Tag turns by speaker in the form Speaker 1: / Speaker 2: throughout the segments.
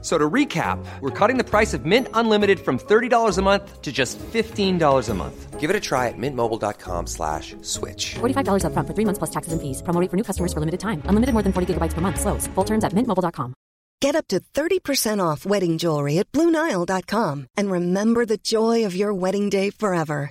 Speaker 1: So to recap, we're cutting the price of Mint Unlimited from $30 a month to just $15 a month. Give it a try at mintmobile.com slash switch.
Speaker 2: $45 upfront for three months plus taxes and fees. Promo rate for new customers for limited time. Unlimited more than 40 gigabytes per month. Slows. Full terms at mintmobile.com.
Speaker 3: Get up to 30% off wedding jewelry at BlueNile.com and remember the joy of your wedding day forever.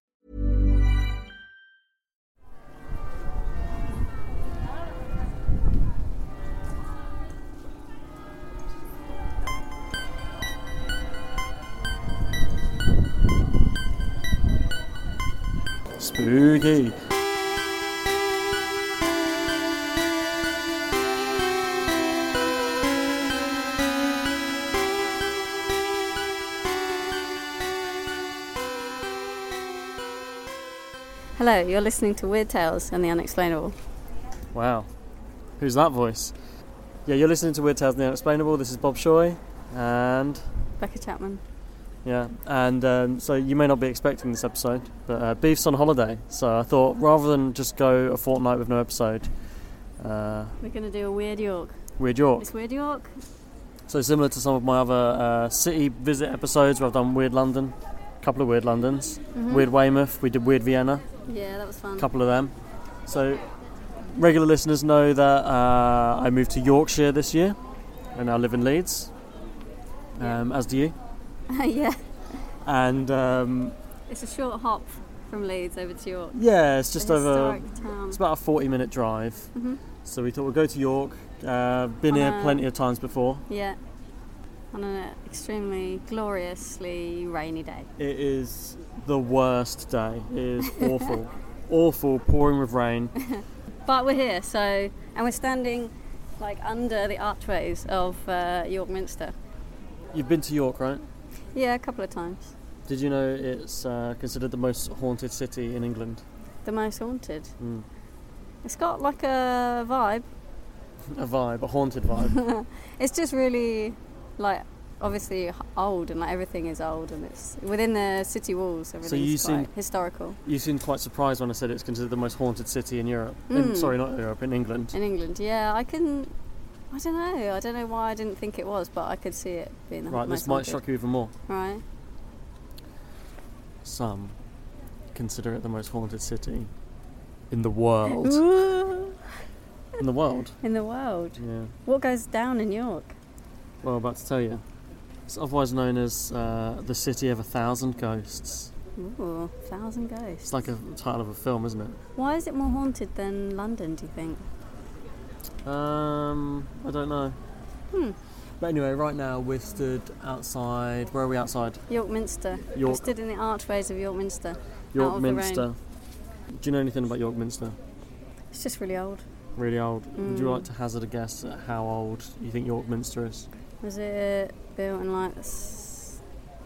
Speaker 4: Spooky.
Speaker 5: Hello, you're listening to Weird Tales and the Unexplainable.
Speaker 4: Wow. Who's that voice? Yeah, you're listening to Weird Tales The Unexplainable. This is Bob Shoy. And,
Speaker 5: Becca Chapman.
Speaker 4: yeah, and um, so you may not be expecting this episode, but uh, Beef's on holiday. So I thought rather than just go a fortnight with no episode, uh,
Speaker 5: We're going to do a Weird York.
Speaker 4: Weird York.
Speaker 5: It's Weird York?
Speaker 4: So similar to some of my other uh, city visit episodes where I've done Weird London, a couple of Weird Londons, Weird Weymouth, we did Weird Vienna.
Speaker 5: Yeah, that was fun.
Speaker 4: couple of them. So, regular listeners know that uh, I moved to Yorkshire this year. I now live in Leeds, um, as do you.
Speaker 5: yeah,
Speaker 4: And um,
Speaker 5: it's a short hop from Leeds over to York.
Speaker 4: yeah, it's just
Speaker 5: a
Speaker 4: over.
Speaker 5: historic town.
Speaker 4: It's about a forty-minute drive.
Speaker 5: Mhm.
Speaker 4: So we thought we'd go to York. Uh, been
Speaker 5: On
Speaker 4: here
Speaker 5: a-
Speaker 4: plenty of times before.
Speaker 5: Yeah. On an extremely gloriously rainy day.
Speaker 4: It is the worst day. It is awful, awful, pouring with rain.
Speaker 5: But we're here, so, and we're standing like under the archways of uh, York Minster.
Speaker 4: You've been to York, right?
Speaker 5: Yeah, a couple of times.
Speaker 4: Did you know it's uh, considered the most haunted city in England?
Speaker 5: The most haunted.
Speaker 4: Mm.
Speaker 5: It's got like a vibe.
Speaker 4: A vibe, a haunted vibe.
Speaker 5: It's just really like obviously h- old and like everything is old and it's within the city walls. Everything's
Speaker 4: you
Speaker 5: quite
Speaker 4: think-
Speaker 5: historical
Speaker 4: You seemed quite surprised when I said it's considered the most haunted city in Europe. In,
Speaker 5: Mm.
Speaker 4: sorry, not Europe, in England.
Speaker 5: in England. Yeah, I can. I don't know. I don't know why I didn't think it was, but I could see it being the
Speaker 4: right,
Speaker 5: most
Speaker 4: this might
Speaker 5: haunted.
Speaker 4: shock you even more.
Speaker 5: Right.
Speaker 4: Some consider it the most haunted city in the world.
Speaker 5: Ooh,
Speaker 4: in the world?
Speaker 5: in the world,
Speaker 4: Yeah.
Speaker 5: what goes down in York?
Speaker 4: Well, I'm about to tell you. It's otherwise known as uh, the city of a thousand ghosts.
Speaker 5: Ooh, thousand ghosts.
Speaker 4: It's like a title of a film, isn't it?
Speaker 5: Why is it more haunted than London? Do you think?
Speaker 4: Um, I don't know.
Speaker 5: Hmm.
Speaker 4: But anyway, right now we're stood outside. Where are we outside?
Speaker 5: York Minster.
Speaker 4: York.
Speaker 5: I stood in the archways of York Minster.
Speaker 4: York
Speaker 5: of the rain.
Speaker 4: Minster. Do you know anything about York Minster?
Speaker 5: It's just really old.
Speaker 4: Really old. Would you
Speaker 5: Mm.
Speaker 4: like to hazard a guess at how old you think York Minster is?
Speaker 5: Was it built in like s-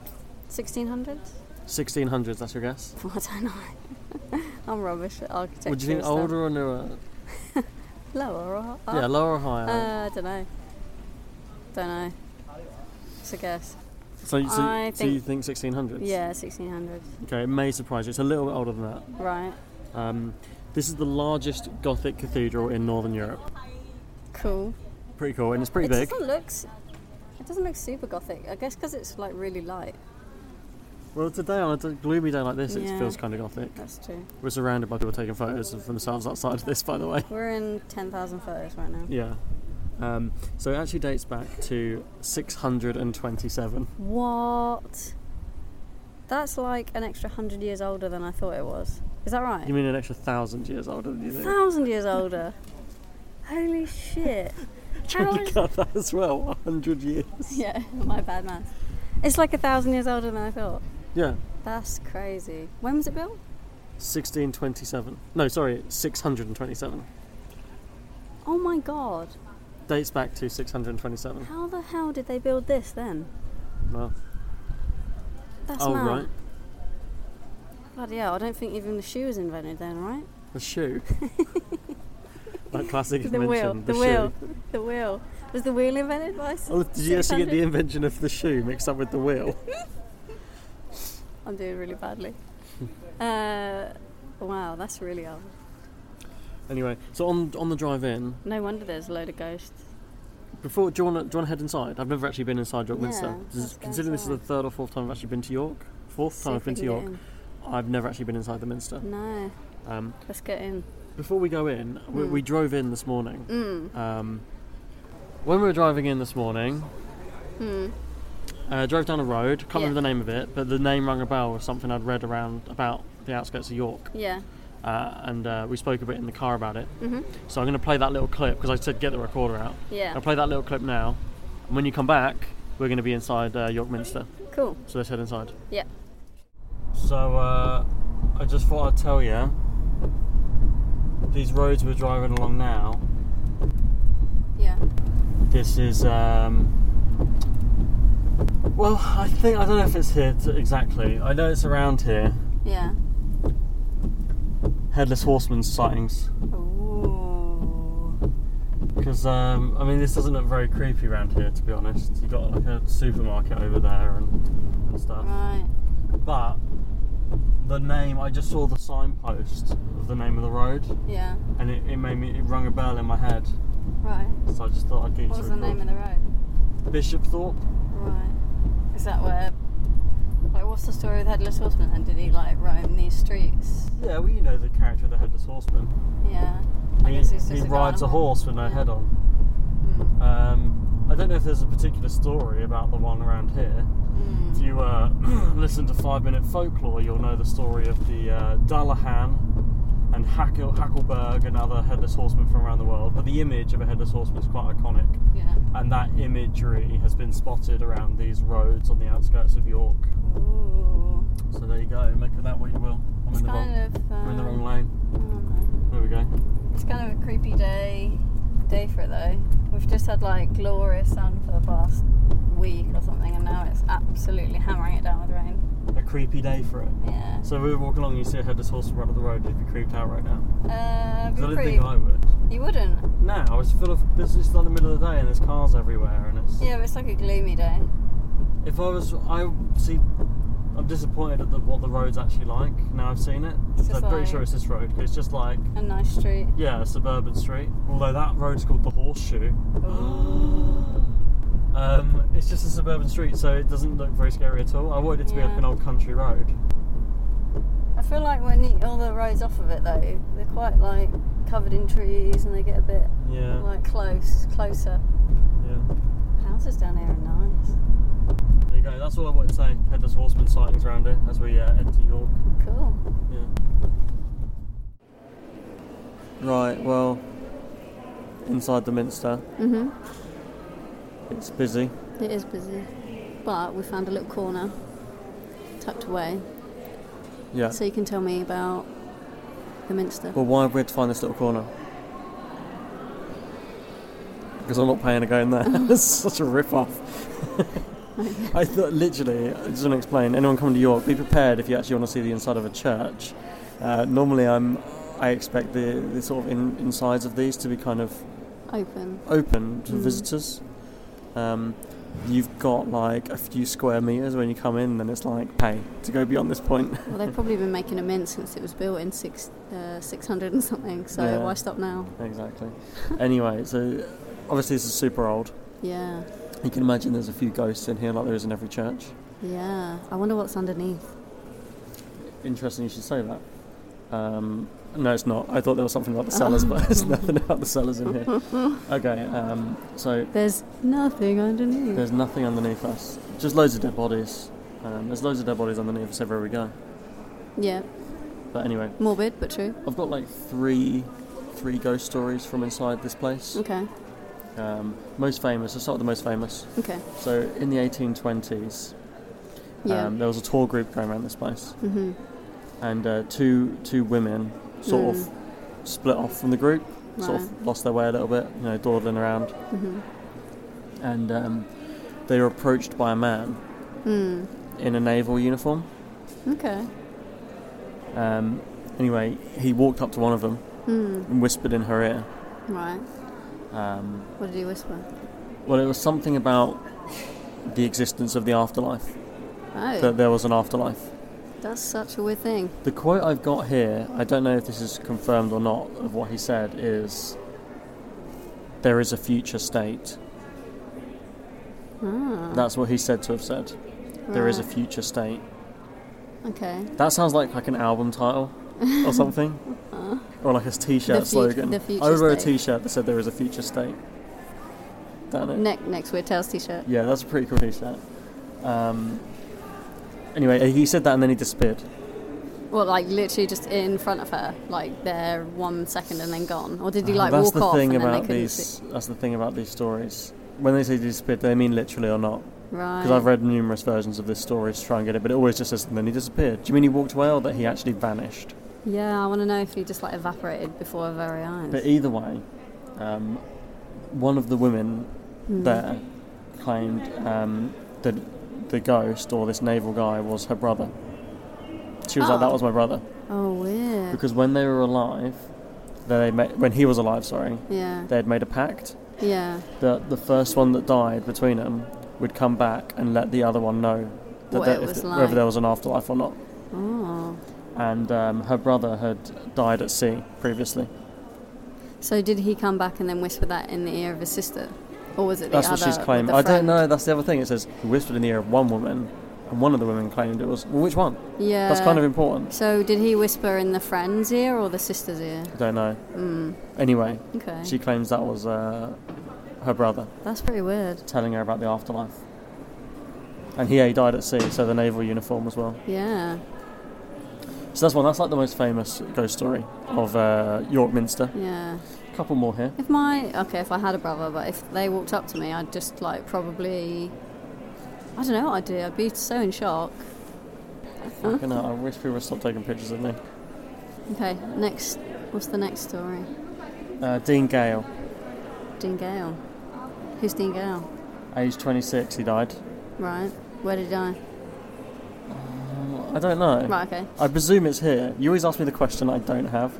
Speaker 5: 1600s?
Speaker 4: 1600s, that's your guess?
Speaker 5: I don't know. I'm rubbish at architecture.
Speaker 4: Would you think
Speaker 5: and stuff.
Speaker 4: older or newer?
Speaker 5: Lower or up?
Speaker 4: Yeah, lower or higher?
Speaker 5: Uh, I don't know. Don't know. It's a guess.
Speaker 4: so, so,
Speaker 5: I
Speaker 4: so you think 1600s?
Speaker 5: Yeah, 1600s.
Speaker 4: Okay, it may surprise you. It's a little bit older than that.
Speaker 5: Right.
Speaker 4: Um, this is the largest Gothic cathedral in Northern Europe.
Speaker 5: Cool.
Speaker 4: Pretty cool, and it's pretty
Speaker 5: it
Speaker 4: big.
Speaker 5: doesn't look. s- It doesn't look super gothic. I guess because it's like really light.
Speaker 4: Well, today on a gloomy day like this, it
Speaker 5: Yeah.
Speaker 4: feels kind of Gothic.
Speaker 5: That's true.
Speaker 4: We're surrounded by people taking photos of themselves outside of this, by the way.
Speaker 5: We're in 10,000 photos right now.
Speaker 4: Yeah. Um, so it actually dates back to 627.
Speaker 5: What? That's like an extra hundred years older than I thought it was. Is that right?
Speaker 4: You mean an extra thousand years older than you think?
Speaker 5: thousand years older. Holy shit. How
Speaker 4: Look
Speaker 5: is-
Speaker 4: at that as well, 100 years.
Speaker 5: yeah, my bad math. It's like a thousand years older than I thought.
Speaker 4: Yeah,
Speaker 5: That's crazy. When was it built?
Speaker 4: 1627. No, sorry, 627.
Speaker 5: Oh my god.
Speaker 4: Dates back to 627.
Speaker 5: How the hell did they build this then?
Speaker 4: Well,
Speaker 5: That's
Speaker 4: oh,
Speaker 5: mad.
Speaker 4: right.
Speaker 5: Bloody hell, I don't think even the shoe was invented then, right?
Speaker 4: The shoe. that classic
Speaker 5: The
Speaker 4: invention.
Speaker 5: wheel,
Speaker 4: the
Speaker 5: the,
Speaker 4: shoe.
Speaker 5: wheel, the wheel. Was the wheel invented by s-
Speaker 4: Oh, did you actually get the
Speaker 5: 600?
Speaker 4: invention of the shoe mixed up with the wheel?
Speaker 5: I'm doing really badly. uh, wow, that's really old.
Speaker 4: Anyway, so on on the drive in,
Speaker 5: No wonder there's a load of ghosts.
Speaker 4: before do you want to head inside? I've never actually been inside York Minster.
Speaker 5: Yeah,
Speaker 4: This is-
Speaker 5: let's go
Speaker 4: considering this is the
Speaker 5: inside.
Speaker 4: third or fourth time I've actually been to York, fourth
Speaker 5: See
Speaker 4: time
Speaker 5: if
Speaker 4: I've been
Speaker 5: we
Speaker 4: to
Speaker 5: can get
Speaker 4: York, I've never actually been inside the Minster.
Speaker 5: in. No,
Speaker 4: Um,
Speaker 5: let's get in.
Speaker 4: Before we go in, we, we
Speaker 5: Mm.
Speaker 4: drove in this morning. Um, when we were driving in this morning, uh, drove down a road. Can't remember the
Speaker 5: Mm. Yeah.
Speaker 4: name of it, but the name rang a bell with something I'd read around about the outskirts of York,
Speaker 5: Yeah,
Speaker 4: uh, and uh, we spoke a bit in the car about it. Mm-hmm. So I'm going to play that little clip because I said get the recorder out.
Speaker 5: yeah.
Speaker 4: I'll play that little clip now, and when you come back, we're going to be inside uh, York Minster.
Speaker 5: Cool.
Speaker 4: So let's head inside.
Speaker 5: Yeah.
Speaker 4: So uh, I just thought I'd tell you these roads we're driving along now.
Speaker 5: Yeah.
Speaker 4: This is um, well, I think I don't know if it's here t- exactly. I know it's around here.
Speaker 5: Yeah.
Speaker 4: Headless horseman sightings
Speaker 5: Ooh.
Speaker 4: because um, I mean this doesn't look very creepy around here to be honest. You got like a supermarket over there and, and stuff.
Speaker 5: Right.
Speaker 4: But the name I just saw the signpost of the name of the road
Speaker 5: Yeah.
Speaker 4: and it, it made me it rung a bell in my head.
Speaker 5: Right.
Speaker 4: So I just thought I'd get you
Speaker 5: What
Speaker 4: to
Speaker 5: was the name of the road?
Speaker 4: the Bishopthorpe.
Speaker 5: Right. Is that where? Like, what's the story with Headless Horseman? And did he like roam these streets?
Speaker 4: Yeah, well, you know the character of the headless horseman.
Speaker 5: Yeah. I
Speaker 4: He,
Speaker 5: guess he's just
Speaker 4: he
Speaker 5: a guy Hmm. on
Speaker 4: rides a horse with no
Speaker 5: Yeah.
Speaker 4: head on.
Speaker 5: Mm.
Speaker 4: Um, I don't know if there's a particular story about the one around here.
Speaker 5: Hmm.
Speaker 4: If you uh, listen to Five Minute Folklore, you'll know the story of the uh, Dallahan and Hackel, Hackelberg and other headless horsemen from around the world. But the image of a headless horseman is quite iconic.
Speaker 5: Yeah.
Speaker 4: and that imagery has been spotted around these roads on the outskirts of York.
Speaker 5: Ooh.
Speaker 4: So there you go, make of that what you will. I'm
Speaker 5: It's
Speaker 4: in the
Speaker 5: kind
Speaker 4: wrong,
Speaker 5: of.
Speaker 4: I'm in the
Speaker 5: um,
Speaker 4: wrong lane.
Speaker 5: I don't know.
Speaker 4: There we go.
Speaker 5: It's kind of a creepy day. Day for it though. We've just had like glorious sun for the past week or something, and now it's absolutely hammering it down with rain.
Speaker 4: A creepy day for it.
Speaker 5: Yeah.
Speaker 4: So we were walking along, and you see a headless horse run up the road, you'd be creeped out right now. Because I
Speaker 5: Uh, be
Speaker 4: didn't
Speaker 5: pretty,
Speaker 4: think I would.
Speaker 5: You wouldn't.
Speaker 4: Now it's full of. This is like the middle of the day, and there's cars everywhere, and it's.
Speaker 5: Yeah, but it's like a gloomy day.
Speaker 4: If I was, I see. I'm disappointed at the, what the road's actually like. Now I've seen it.
Speaker 5: It's
Speaker 4: so I'm
Speaker 5: just
Speaker 4: pretty
Speaker 5: like-
Speaker 4: sure it's this road. 'cause It's just like
Speaker 5: A nice street.
Speaker 4: Yeah, a suburban street. Although that road's called the Horseshoe. um, it's just a suburban street, so it doesn't look very scary at all. I wanted it to be like
Speaker 5: Yeah.
Speaker 4: an old country road.
Speaker 5: I feel like when you, all the roads off of it though, they're quite like covered in trees, and they get a bit
Speaker 4: Yeah,
Speaker 5: like close, closer.
Speaker 4: yeah.
Speaker 5: Houses down here are nice.
Speaker 4: There you go. That's all I wanted to say. Headless horseman sightings around here as we uh, enter York.
Speaker 5: Cool.
Speaker 4: Yeah. Right. Well, inside the Minster,
Speaker 5: Mhm.
Speaker 4: it's busy.
Speaker 5: It is busy, but we found a little corner tucked away,
Speaker 4: Yeah.
Speaker 5: so you can tell me about the Minster.
Speaker 4: Well, why have we had to find this little corner? Because I'm not paying to go in there. It's such a rip-off. I thought, literally, I just want to explain. Anyone coming to York, be prepared if you actually want to see the inside of a church. Uh, normally, I'm, I expect the, the sort of in, insides of these to be kind of
Speaker 5: Open.
Speaker 4: open to visitors. Um, you've got like a few square meters when you come in, and it's like pay to go beyond this point.
Speaker 5: Well, they've probably been making a mint since it was built in six, uh, 600 and something. So
Speaker 4: Yeah.
Speaker 5: why stop now?
Speaker 4: exactly. Anyway, so obviously this is super old.
Speaker 5: Yeah,
Speaker 4: You can imagine there's a few ghosts in here, like there is in every church.
Speaker 5: yeah. I wonder what's underneath.
Speaker 4: Interesting you should say that. Um, no, it's not. I thought there was something about the cellars, but there's nothing about the cellars in here. Okay, um, so
Speaker 5: There's nothing underneath.
Speaker 4: there's nothing underneath us. Just loads of dead bodies. Um, there's loads of dead bodies underneath us everywhere we go.
Speaker 5: yeah,
Speaker 4: But anyway,
Speaker 5: morbid but true.
Speaker 4: I've got like three, three ghost stories from inside this place.
Speaker 5: Okay,
Speaker 4: Um, most famous. I'll start with the most famous.
Speaker 5: okay.
Speaker 4: So in the 1820s,
Speaker 5: Yeah. Mm-hmm,
Speaker 4: Um, there was a tour group going around this place, and uh, two two women sort of split off from the group, sort of lost their way a little bit, you know, dawdling around,
Speaker 5: Mm-hmm.
Speaker 4: and um, they were approached by a man in a naval uniform.
Speaker 5: Hmm, Okay.
Speaker 4: Um, anyway, he walked up to one of them and whispered in her ear.
Speaker 5: Hmm, Right.
Speaker 4: Um,
Speaker 5: What did he whisper?
Speaker 4: Well, it was something about the existence of the afterlife,
Speaker 5: Oh,
Speaker 4: that there was an afterlife.
Speaker 5: that's such a weird thing.
Speaker 4: The quote I've got here, I don't know if this is confirmed or not, of what he said is there is a future state.
Speaker 5: Hmm.
Speaker 4: That's what he's said to have said. There is a future state.
Speaker 5: Okay.
Speaker 4: That sounds like like an album title or something. or like a t-shirt
Speaker 5: The fut-
Speaker 4: slogan.
Speaker 5: the future
Speaker 4: I would wear a
Speaker 5: state.
Speaker 4: t-shirt that said there is a future state. Damn it.
Speaker 5: Neck, next weird tales t-shirt.
Speaker 4: Yeah, that's a pretty cool t-shirt. Um, anyway, he said that and then he disappeared.
Speaker 5: Well, like literally just in front of her, like there one second and then gone. Or did he like
Speaker 4: Uh, Um, that's
Speaker 5: walk
Speaker 4: the
Speaker 5: off
Speaker 4: thing
Speaker 5: and then they
Speaker 4: about
Speaker 5: couldn't
Speaker 4: these.
Speaker 5: see?
Speaker 4: That's the thing about these stories. When they say disappeared, they mean literally or not.
Speaker 5: Right.
Speaker 4: Because I've read numerous versions of this story to try and get it, but it always just says and then he disappeared. Do you mean he walked away or that he actually vanished?
Speaker 5: Yeah, I want to know if he just like evaporated before our very eyes.
Speaker 4: But either way, um, one of the women
Speaker 5: Hmm.
Speaker 4: there claimed um, that the ghost or this naval guy was her brother. She was like,
Speaker 5: Ah.
Speaker 4: "That was my brother."
Speaker 5: oh, weird.
Speaker 4: Because when they were alive, they made, when he was alive, sorry,
Speaker 5: Yeah.
Speaker 4: they had made a pact
Speaker 5: Yeah.
Speaker 4: that the first one that died between them would come back and let the other one know that
Speaker 5: What
Speaker 4: there-
Speaker 5: it
Speaker 4: if-
Speaker 5: was like.
Speaker 4: whether there was an afterlife or not.
Speaker 5: Oh.
Speaker 4: And um, her brother had died at sea previously.
Speaker 5: So did he come back and then whisper that in the ear of his sister, or was it the
Speaker 4: That's
Speaker 5: other?
Speaker 4: what she's
Speaker 5: with
Speaker 4: claimed.
Speaker 5: the
Speaker 4: I don't
Speaker 5: friend?
Speaker 4: know. That's the other thing. It says he whispered in the ear of one woman, and one of the women claimed it was. Well, which one?
Speaker 5: Yeah.
Speaker 4: That's kind of important.
Speaker 5: So did he whisper in the friend's ear or the sister's ear?
Speaker 4: I don't know. Anyway,
Speaker 5: mm. Okay.
Speaker 4: she claims that was uh, her brother.
Speaker 5: That's pretty weird.
Speaker 4: telling her about the afterlife. And he, yeah, he died at sea, so the naval uniform as well.
Speaker 5: Yeah.
Speaker 4: So that's one. That's like the most famous ghost story of uh, York Minster.
Speaker 5: Yeah.
Speaker 4: A couple more here.
Speaker 5: If my okay, if I had a brother, but if they walked up to me, I'd just like probably, I don't know what I'd do. I'd be so in shock.
Speaker 4: Fucking hell, I wish people would stop taking pictures of me.
Speaker 5: Okay. Next, what's the next story?
Speaker 4: Uh, Dean Gale,
Speaker 5: Dean Gale. Who's Dean Gale?
Speaker 4: age 26, he died.
Speaker 5: Right. Where did he die?
Speaker 4: I don't know.
Speaker 5: Right. Okay.
Speaker 4: I presume it's here. You always ask me the question I don't have.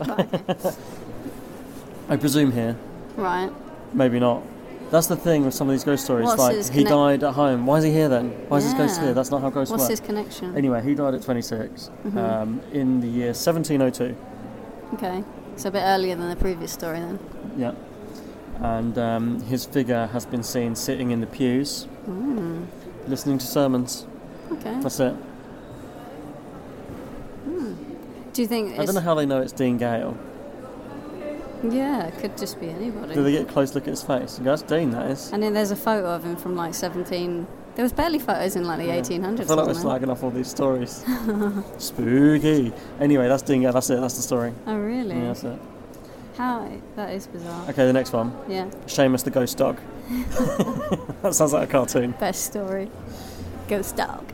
Speaker 4: I presume here.
Speaker 5: Right.
Speaker 4: Maybe not. That's the thing with some of these ghost stories.
Speaker 5: What's
Speaker 4: like,
Speaker 5: his
Speaker 4: he
Speaker 5: connect-
Speaker 4: died at home. Why is he here then? Why is this ghost
Speaker 5: Yeah.
Speaker 4: here? That's not how ghosts
Speaker 5: What's
Speaker 4: work.
Speaker 5: his Mm-hmm. connection?
Speaker 4: Anyway, he died at 26 um, in the year 1702.
Speaker 5: Okay. So a bit earlier than the previous story then.
Speaker 4: Yeah. And um, his figure has been seen sitting in the pews, listening to sermons.
Speaker 5: Okay.
Speaker 4: That's it.
Speaker 5: Do you think it's,
Speaker 4: I don't know how they know it's Dean Gale.
Speaker 5: Yeah, it could just be
Speaker 4: Do they
Speaker 5: anybody.
Speaker 4: get a close look at his face? And go, That's Dean, that is.
Speaker 5: I mean, there's a photo of him from like 17. There was barely photos in like the 1800s.
Speaker 4: I feel like we're
Speaker 5: wasn't there?
Speaker 4: slagging off all these stories. Spooky. Anyway, that's Dean Gale. That's it. That's the story.
Speaker 5: Oh really?
Speaker 4: Yeah, that's it.
Speaker 5: How that is bizarre.
Speaker 4: Okay, the next one.
Speaker 5: Yeah,
Speaker 4: Seamus the Ghost Dog. that sounds like a cartoon.
Speaker 5: best story. Ghost dog.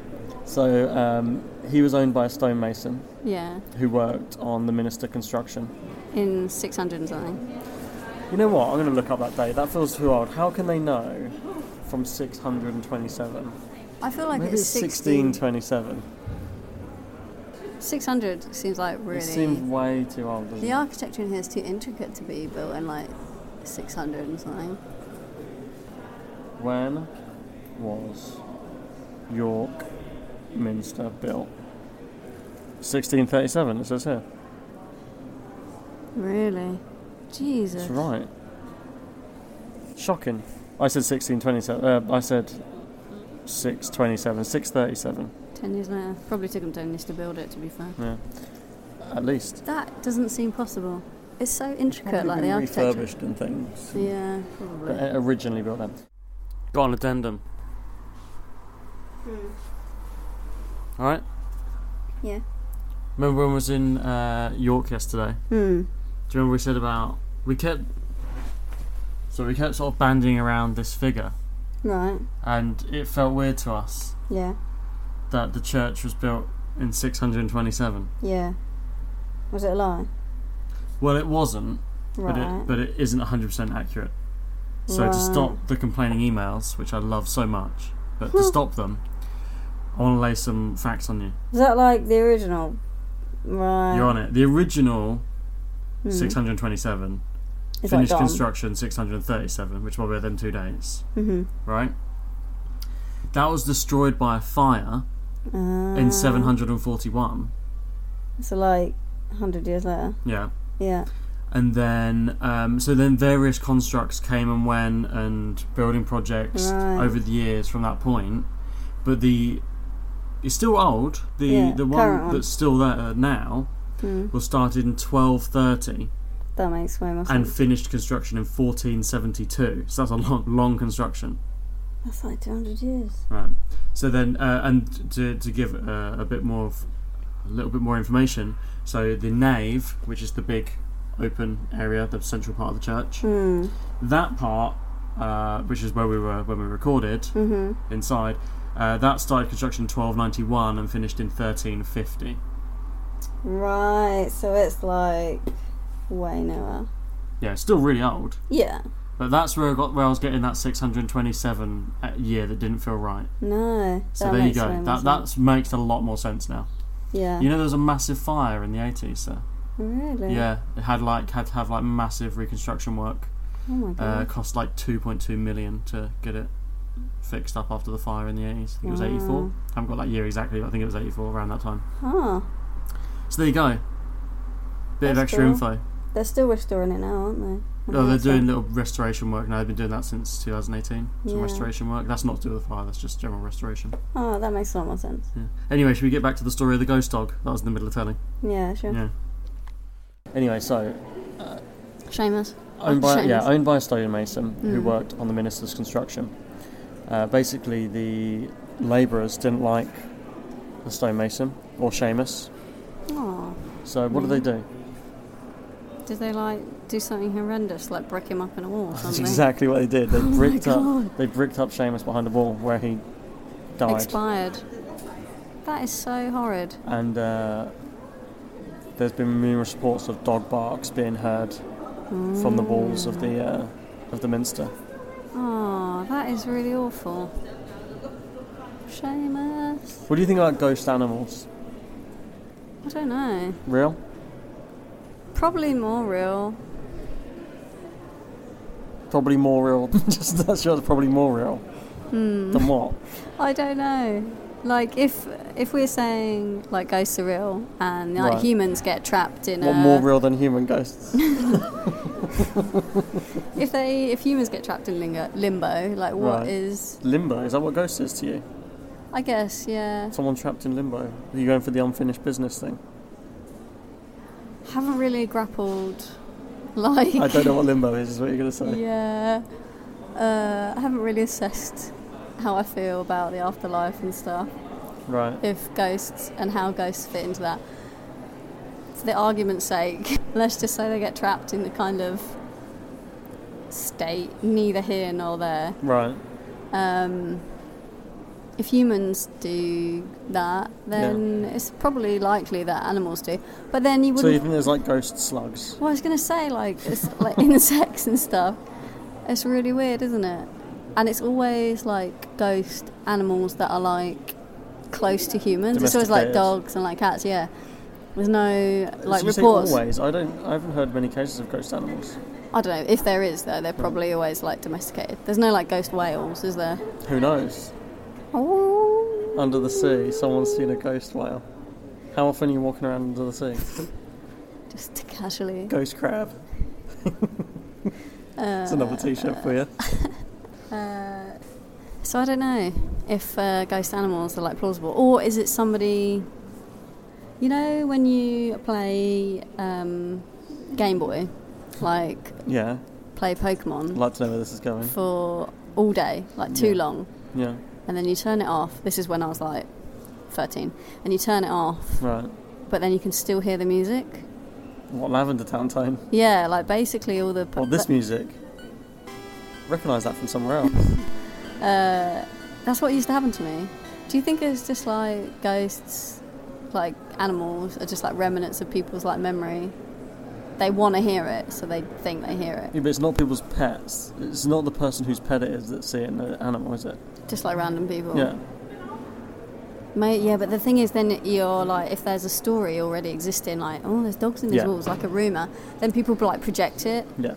Speaker 4: So um, he was owned by a stonemason
Speaker 5: Yeah,
Speaker 4: who worked on the Minister construction.
Speaker 5: in 600 and something.
Speaker 4: You know what? I'm going to look up that date. That feels too old. How can they know from 627?
Speaker 5: I feel like
Speaker 4: Maybe
Speaker 5: it's
Speaker 4: it's
Speaker 5: 16.
Speaker 4: 1627.
Speaker 5: 600 seems like really.
Speaker 4: It seems way too old, doesn't
Speaker 5: The
Speaker 4: it?
Speaker 5: architecture in here is too intricate to be built in like 600 and something.
Speaker 4: When was York Minster built? 1637, it says here.
Speaker 5: Really? Jesus.
Speaker 4: It's right. Shocking. I said 1627. Uh, I said 627, 637,
Speaker 5: 10 years later. Probably took them 10 years to build it, to be fair.
Speaker 4: at least.
Speaker 5: That doesn't seem possible. It's so intricate, like the architecture.
Speaker 4: refurbished and things.
Speaker 5: Yeah,
Speaker 4: But
Speaker 5: probably.
Speaker 4: it originally built then. Got an addendum. Alright?
Speaker 5: Hmm. Yeah.
Speaker 4: Remember when I was in uh, York yesterday? Do
Speaker 5: Hmm.
Speaker 4: you remember we said about. We kept. So we kept sort of banding around this figure,
Speaker 5: Right.
Speaker 4: and it felt weird to us.
Speaker 5: Yeah.
Speaker 4: that the church was built in 627.
Speaker 5: Yeah. Was it a lie?
Speaker 4: Well, it wasn't, but
Speaker 5: Right.
Speaker 4: it but it isn't 100% accurate. So
Speaker 5: Right.
Speaker 4: to stop the complaining emails, which I love so much, but to stop them, I want to lay some facts on you.
Speaker 5: Was that like the original? Right. Hmm.
Speaker 4: You're on it. The original 627
Speaker 5: It's like
Speaker 4: finished
Speaker 5: gone.
Speaker 4: construction 637, which will be within two days. Mm-hmm. Right. That was destroyed by a fire
Speaker 5: Ah.
Speaker 4: in 741.
Speaker 5: So like hundred years later.
Speaker 4: Yeah.
Speaker 5: Yeah.
Speaker 4: and then um, so then various constructs came and went and building projects
Speaker 5: Right.
Speaker 4: over the years from that point but the it's still old the
Speaker 5: Yeah,
Speaker 4: the
Speaker 5: current
Speaker 4: one
Speaker 5: one. Hmm.
Speaker 4: that's still there now was started in 1230
Speaker 5: That makes way more
Speaker 4: and
Speaker 5: sense.
Speaker 4: finished construction in 1472 so that's a long long construction
Speaker 5: That's like two hundred years.
Speaker 4: Right. So then, uh, and to, to give uh, a bit more, of, a little bit more information. So the nave, which is the big open area, the central part of the church,
Speaker 5: Hmm.
Speaker 4: that part, uh, which is where we were when we recorded
Speaker 5: Mm-hmm.
Speaker 4: inside, uh, that started construction in 1291 and finished in 1350.
Speaker 5: Right. So it's like way newer.
Speaker 4: Yeah, it's still really old.
Speaker 5: Yeah.
Speaker 4: But that's where I got where I was getting that 627 at- uh, year that didn't feel right.
Speaker 5: No.
Speaker 4: So
Speaker 5: that
Speaker 4: there you
Speaker 5: makes way
Speaker 4: go.
Speaker 5: more
Speaker 4: That
Speaker 5: sense.
Speaker 4: that makes a lot more sense now.
Speaker 5: Yeah.
Speaker 4: You know, there was a massive fire in the 80s, sir.
Speaker 5: really.
Speaker 4: Yeah, it had like had to have like massive reconstruction work.
Speaker 5: Oh my god.
Speaker 4: Uh, cost like 2.2 million to get it fixed up after the fire in the 80s. I think it was 84. I haven't got that year exactly, but I think it was 84 around that time.
Speaker 5: huh.
Speaker 4: So there you go. Bit
Speaker 5: That's
Speaker 4: of extra
Speaker 5: cool.
Speaker 4: info.
Speaker 5: They're still restoring it now, aren't they?
Speaker 4: Oh, they're
Speaker 5: That's
Speaker 4: doing
Speaker 5: it.
Speaker 4: little restoration work now. They've been doing that since 2018. Some
Speaker 5: Yeah.
Speaker 4: restoration work. That's not to do with the fire. That's just general restoration.
Speaker 5: Oh, that makes a lot more sense.
Speaker 4: Yeah. Anyway, should we get back to the story of the ghost dog? That was in the middle of telling.
Speaker 5: Yeah. Sure.
Speaker 4: Yeah. Anyway, so
Speaker 5: Shameless.
Speaker 4: owned by
Speaker 5: Shameless.
Speaker 4: yeah, owned by a stonemason
Speaker 5: Mm.
Speaker 4: who worked on the minister's construction. Uh, basically, the labourers didn't like the stonemason or Seamus.
Speaker 5: Oh.
Speaker 4: So what did they do?
Speaker 5: Did they like do something horrendous, like brick him up in a wall or
Speaker 4: That's
Speaker 5: something?
Speaker 4: exactly what they did. They bricked
Speaker 5: Oh, God.
Speaker 4: up. They bricked up Seamus behind a wall where he died.
Speaker 5: Expired. That is so horrid.
Speaker 4: And uh, there's been numerous reports of dog barks being heard from the walls of the uh, of the minster.
Speaker 5: Oh, that is really awful. Seamus.
Speaker 4: What do you think about ghost animals?
Speaker 5: I don't know.
Speaker 4: Real?
Speaker 5: Probably more real.
Speaker 4: Probably more real. Just that's sure. Probably more real
Speaker 5: Hmm.
Speaker 4: than what?
Speaker 5: I don't know. Like if if we're saying like ghosts are real and like
Speaker 4: Right.
Speaker 5: humans get trapped in
Speaker 4: What
Speaker 5: a
Speaker 4: more real than human ghosts?
Speaker 5: if they if humans get trapped in lingo, limbo like what
Speaker 4: Right.
Speaker 5: is
Speaker 4: limbo. Is that what ghost is to you?
Speaker 5: I guess yeah
Speaker 4: Someone trapped in limbo. Are you going for the unfinished business thing?
Speaker 5: haven't really grappled like
Speaker 4: I don't know what limbo is. Is what you're gonna say?
Speaker 5: Yeah. Uh, I haven't really assessed how I feel about the afterlife and stuff,
Speaker 4: Right.
Speaker 5: if ghosts and how ghosts fit into that. For the argument's sake, let's just say they get trapped in the kind of state neither here nor there.
Speaker 4: Right.
Speaker 5: Um, if humans do that, then it's probably likely that animals do. But then you
Speaker 4: So
Speaker 5: wouldn't
Speaker 4: you think there's like ghost slugs?
Speaker 5: well, I was gonna say like it's like insects and stuff. It's really weird, isn't it? And it's always like ghost animals that are like close to humans. It's always
Speaker 4: Domesticated.
Speaker 5: like dogs and like cats. Yeah, there's no like
Speaker 4: Did you say
Speaker 5: reports.
Speaker 4: always. I don't. I haven't heard many cases of ghost animals.
Speaker 5: I don't know if there is though.
Speaker 4: Hmm.
Speaker 5: They're probably always like domesticated. There's no like ghost whales, is there?
Speaker 4: Who knows?
Speaker 5: Oh,
Speaker 4: Under the sea, someone's seen a ghost whale. How often are you walking around under the sea?
Speaker 5: just to casually.
Speaker 4: ghost crab. It's
Speaker 5: Uh,
Speaker 4: another T-shirt for you.
Speaker 5: So I don't know if uh, ghost animals are like plausible, or is it somebody? You know, when you play um, Game Boy, like
Speaker 4: Yeah.
Speaker 5: play Pokemon
Speaker 4: I'd like to know where this is going.
Speaker 5: for all day, like too long,
Speaker 4: Yeah.
Speaker 5: and then you turn it off. This is when I was like thirteen, and you turn it off,
Speaker 4: Right.
Speaker 5: but then you can still hear the music.
Speaker 4: What Lavender Town time?
Speaker 5: Yeah, like basically all the
Speaker 4: Well, this music. Recognise that from somewhere else.
Speaker 5: that's what used to happen to me. Do you think it's just like ghosts, like animals, are just like remnants of people's like memory? They want to hear it, so they think they hear it.
Speaker 4: Yeah, but it's not people's pets. It's not the person whose pet it is that's seeing the animal, is it?
Speaker 5: Just like random people.
Speaker 4: Yeah.
Speaker 5: Mate, yeah, but the thing is, then you're like, if there's a story already existing, like, oh, there's dogs in these
Speaker 4: Yeah.
Speaker 5: walls, like a rumor, then people like project it,
Speaker 4: Yeah.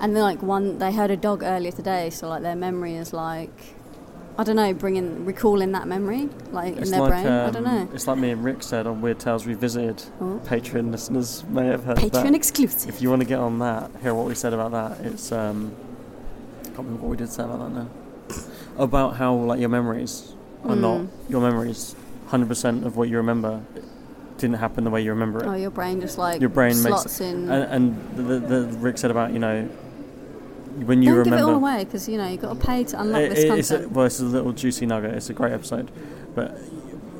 Speaker 5: and then like one, they heard a dog earlier today, so like their memory is like, I don't know, bringing recalling that memory, like in their brain. I don't know.
Speaker 4: um, It's like me and Rick said on Weird Tales Revisited.
Speaker 5: Oh.
Speaker 4: Patreon listeners may have heard that.
Speaker 5: Patreon exclusive.
Speaker 4: If you want to get on that, hear what we said about that. It's um, can't remember what we did say about that now. About how like your memories are
Speaker 5: Mm.
Speaker 4: not your memories. Hundred percent of what you remember didn't happen the way you remember it.
Speaker 5: oh, your brain just like
Speaker 4: your brain
Speaker 5: slots
Speaker 4: makes
Speaker 5: in.
Speaker 4: and, and the, the, the Rick said about you know when you
Speaker 5: don't
Speaker 4: remember
Speaker 5: give it all away because you know you've got to pay to unlock
Speaker 4: it-
Speaker 5: this
Speaker 4: it- it's a,
Speaker 5: content.
Speaker 4: well, it's a little juicy nugget. It's a great episode, but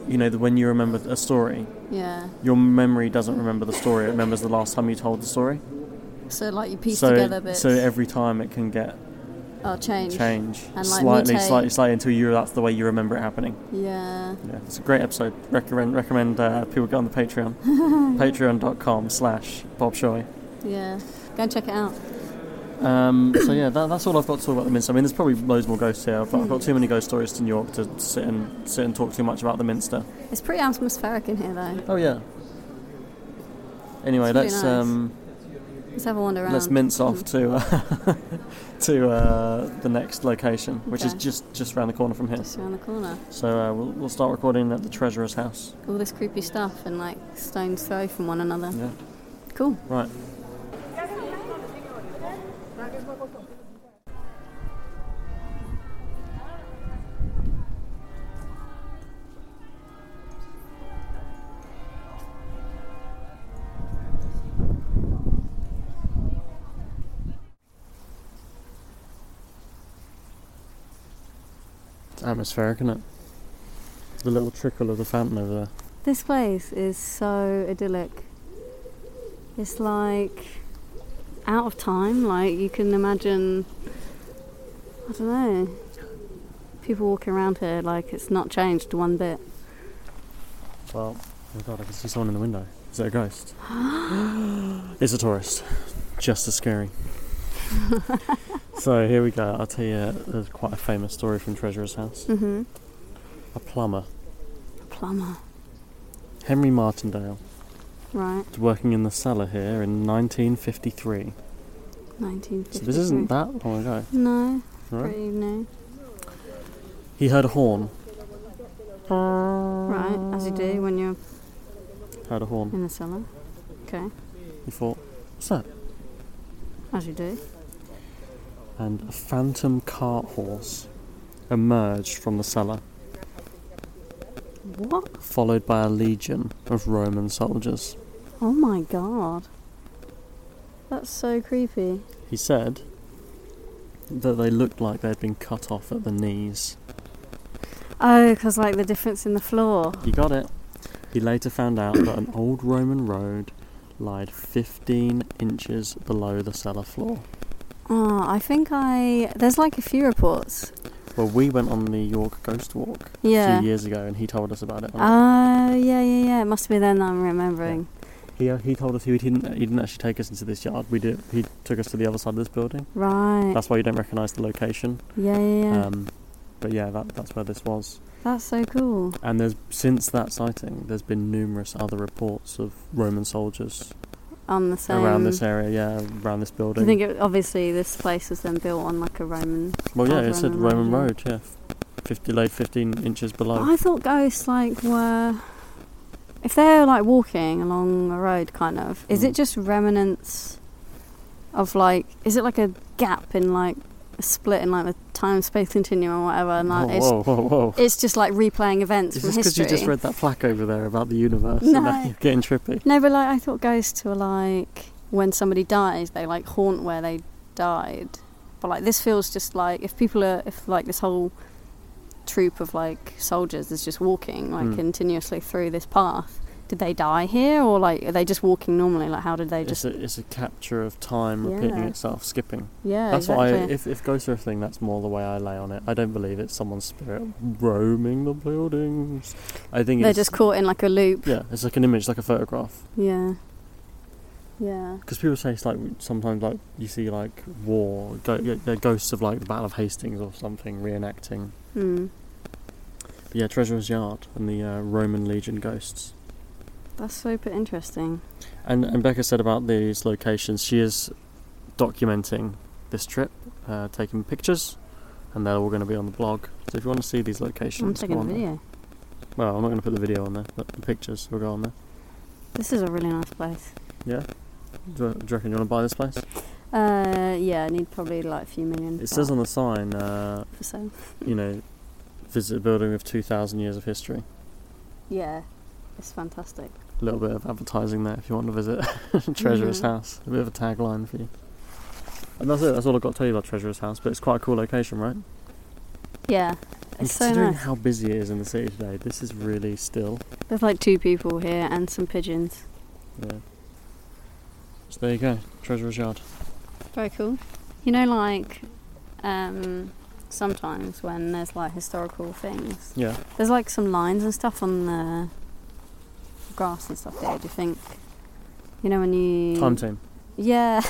Speaker 4: you know the, when you remember a story,
Speaker 5: yeah.
Speaker 4: your memory doesn't remember the story. It remembers the last time you told the story.
Speaker 5: So like you piece
Speaker 4: so
Speaker 5: together
Speaker 4: it,
Speaker 5: bits.
Speaker 4: so every time it can get
Speaker 5: oh, change.
Speaker 4: change
Speaker 5: And, like,
Speaker 4: slightly,
Speaker 5: mutate.
Speaker 4: slightly, slightly until you that's the way you remember it happening.
Speaker 5: Yeah.
Speaker 4: Yeah, it's a great episode. Recommend recommend uh, people go on the Patreon, Patreon.com/slash Bob Shoy.
Speaker 5: Yeah. Go and check it out.
Speaker 4: Um, so yeah, that, that's all I've got to talk about the Minster. I mean, there's probably loads more ghosts here, but I've got too many ghost stories to New York to sit and sit and talk too much about the Minster.
Speaker 5: It's pretty atmospheric in here though.
Speaker 4: Oh yeah. Anyway,
Speaker 5: It's really
Speaker 4: let's
Speaker 5: nice.
Speaker 4: um,
Speaker 5: Let's have a wander around.
Speaker 4: let's mince off to uh, to uh, the next location, which is
Speaker 5: Okay.
Speaker 4: just just around the corner from here.
Speaker 5: Just around the corner.
Speaker 4: So uh, we'll, we'll start recording at the treasurer's house.
Speaker 5: All this creepy stuff and like stones throw from one another.
Speaker 4: Yeah.
Speaker 5: Cool.
Speaker 4: Right. It's atmospheric, isn't it? The little trickle of the fountain over there.
Speaker 5: This place is so idyllic. It's like out of time. Like you can imagine, I don't know, people walking around here like it's not changed one bit.
Speaker 4: Well, oh my god, I can see someone in the window. Is it a ghost? it's a tourist. Just as scary. so here we go. I'll tell you uh, there's quite a famous story from Treasurer's House.
Speaker 5: Mm-hmm.
Speaker 4: A plumber,
Speaker 5: Plumber,
Speaker 4: Henry Martindale,
Speaker 5: right?
Speaker 4: was working in the cellar here in 1953.
Speaker 5: 1950.
Speaker 4: So this isn't that long ago.
Speaker 5: No,
Speaker 4: Right?
Speaker 5: pretty new.
Speaker 4: He heard a horn.
Speaker 5: Right, as you do when you're
Speaker 4: Heard a horn.
Speaker 5: in the cellar. Okay,
Speaker 4: He thought, what's that?
Speaker 5: as you do.
Speaker 4: And a phantom cart horse emerged from the cellar.
Speaker 5: What?
Speaker 4: followed by a legion of Roman soldiers.
Speaker 5: Oh my god. That's so creepy.
Speaker 4: He said that they looked like they'd been cut off at the knees.
Speaker 5: Oh, because like the difference in the floor.
Speaker 4: You got it. He later found out that an old Roman road lied 15 inches below the cellar floor.
Speaker 5: Oh, I think I. There's like a few reports.
Speaker 4: Well, we went on the York Ghost Walk a
Speaker 5: Yeah.
Speaker 4: few years ago and he told us about it.
Speaker 5: Oh, yeah, yeah, yeah. It must be then that I'm remembering.
Speaker 4: He, uh, he told us he didn't, he didn't actually take us into this yard. We did, he took us to the other side of this building.
Speaker 5: Right.
Speaker 4: That's why you don't recognise the location.
Speaker 5: yeah, yeah, yeah.
Speaker 4: Um, but yeah, that, that's where this was.
Speaker 5: That's so cool.
Speaker 4: And there's since that sighting, there's been numerous other reports of Roman soldiers
Speaker 5: On the same.
Speaker 4: around this area. Yeah, around this
Speaker 5: Do
Speaker 4: building.
Speaker 5: you think it, obviously this place was then built on like a Roman.
Speaker 4: well, yeah,
Speaker 5: Half
Speaker 4: it said Roman
Speaker 5: Roman
Speaker 4: Road.
Speaker 5: road,
Speaker 4: yeah, fifty laid fifteen inches below.
Speaker 5: I thought ghosts like were. If they're like walking along a road, kind of, is
Speaker 4: Mm.
Speaker 5: it just remnants of like. Is it like a gap in like. A split in like the time space continuum or whatever? And like it's,
Speaker 4: Oh, whoa, whoa, whoa, whoa!
Speaker 5: it's just like replaying events
Speaker 4: Is
Speaker 5: from
Speaker 4: this because
Speaker 5: history.
Speaker 4: you just read that plaque over there about the universe?
Speaker 5: No.
Speaker 4: And now you're getting trippy.
Speaker 5: No, but like I thought ghosts were like when somebody dies, they like haunt where they died. But like this feels just like if people are if like this whole troop of like soldiers is just walking like
Speaker 4: Mm.
Speaker 5: continuously through this path, did they die here or like are they just walking normally? Like how did they
Speaker 4: It's
Speaker 5: just?
Speaker 4: a, it's a capture of time repeating
Speaker 5: Yeah.
Speaker 4: itself, skipping.
Speaker 5: yeah,
Speaker 4: That's
Speaker 5: exactly.
Speaker 4: what I, if, if ghosts are a thing, that's more the way I lay on it. I don't believe it's someone's spirit roaming the buildings. I think
Speaker 5: They're
Speaker 4: it's,
Speaker 5: just caught in like a loop.
Speaker 4: yeah, it's like an image, like a photograph.
Speaker 5: Yeah. Yeah.
Speaker 4: Because people say it's like sometimes like you see like war, go, they're ghosts of like the Battle of Hastings or something reenacting.
Speaker 5: Hmm.
Speaker 4: But yeah, Treasurer's Yard and the uh, Roman Legion ghosts.
Speaker 5: That's super interesting.
Speaker 4: And, and Becca said about these locations, she is documenting this trip, uh, taking pictures, and they're all going to be on the blog. So if you want to see these locations,
Speaker 5: I'm
Speaker 4: go
Speaker 5: taking a
Speaker 4: on there.
Speaker 5: video.
Speaker 4: Well, I'm not going to put the video on there, but the pictures will go on there.
Speaker 5: This is a really nice place.
Speaker 4: Yeah? Do, do you reckon you want to buy this place?
Speaker 5: Uh, yeah, I need probably like a few million.
Speaker 4: It says on the sign, uh,
Speaker 5: for sale.
Speaker 4: you know, visit a building with 2,000 years of history.
Speaker 5: Yeah, it's fantastic.
Speaker 4: A little bit of advertising there if you want to visit Treasurer's
Speaker 5: Mhm.
Speaker 4: House. A bit of a tagline for you. And that's it, that's all I've got to tell you about Treasurer's House, but it's quite a cool location, right?
Speaker 5: Yeah,
Speaker 4: And
Speaker 5: it's so
Speaker 4: considering
Speaker 5: nice.
Speaker 4: how busy it is in the city today, this is really still.
Speaker 5: There's like two people here and some pigeons.
Speaker 4: Yeah. So there you go, Treasurer's Yard.
Speaker 5: Very cool. You know, like um, sometimes when there's like historical things,
Speaker 4: Yeah.
Speaker 5: there's like some lines and stuff on the grass and stuff there. Do you think? You know when you
Speaker 4: Time team.
Speaker 5: Yeah,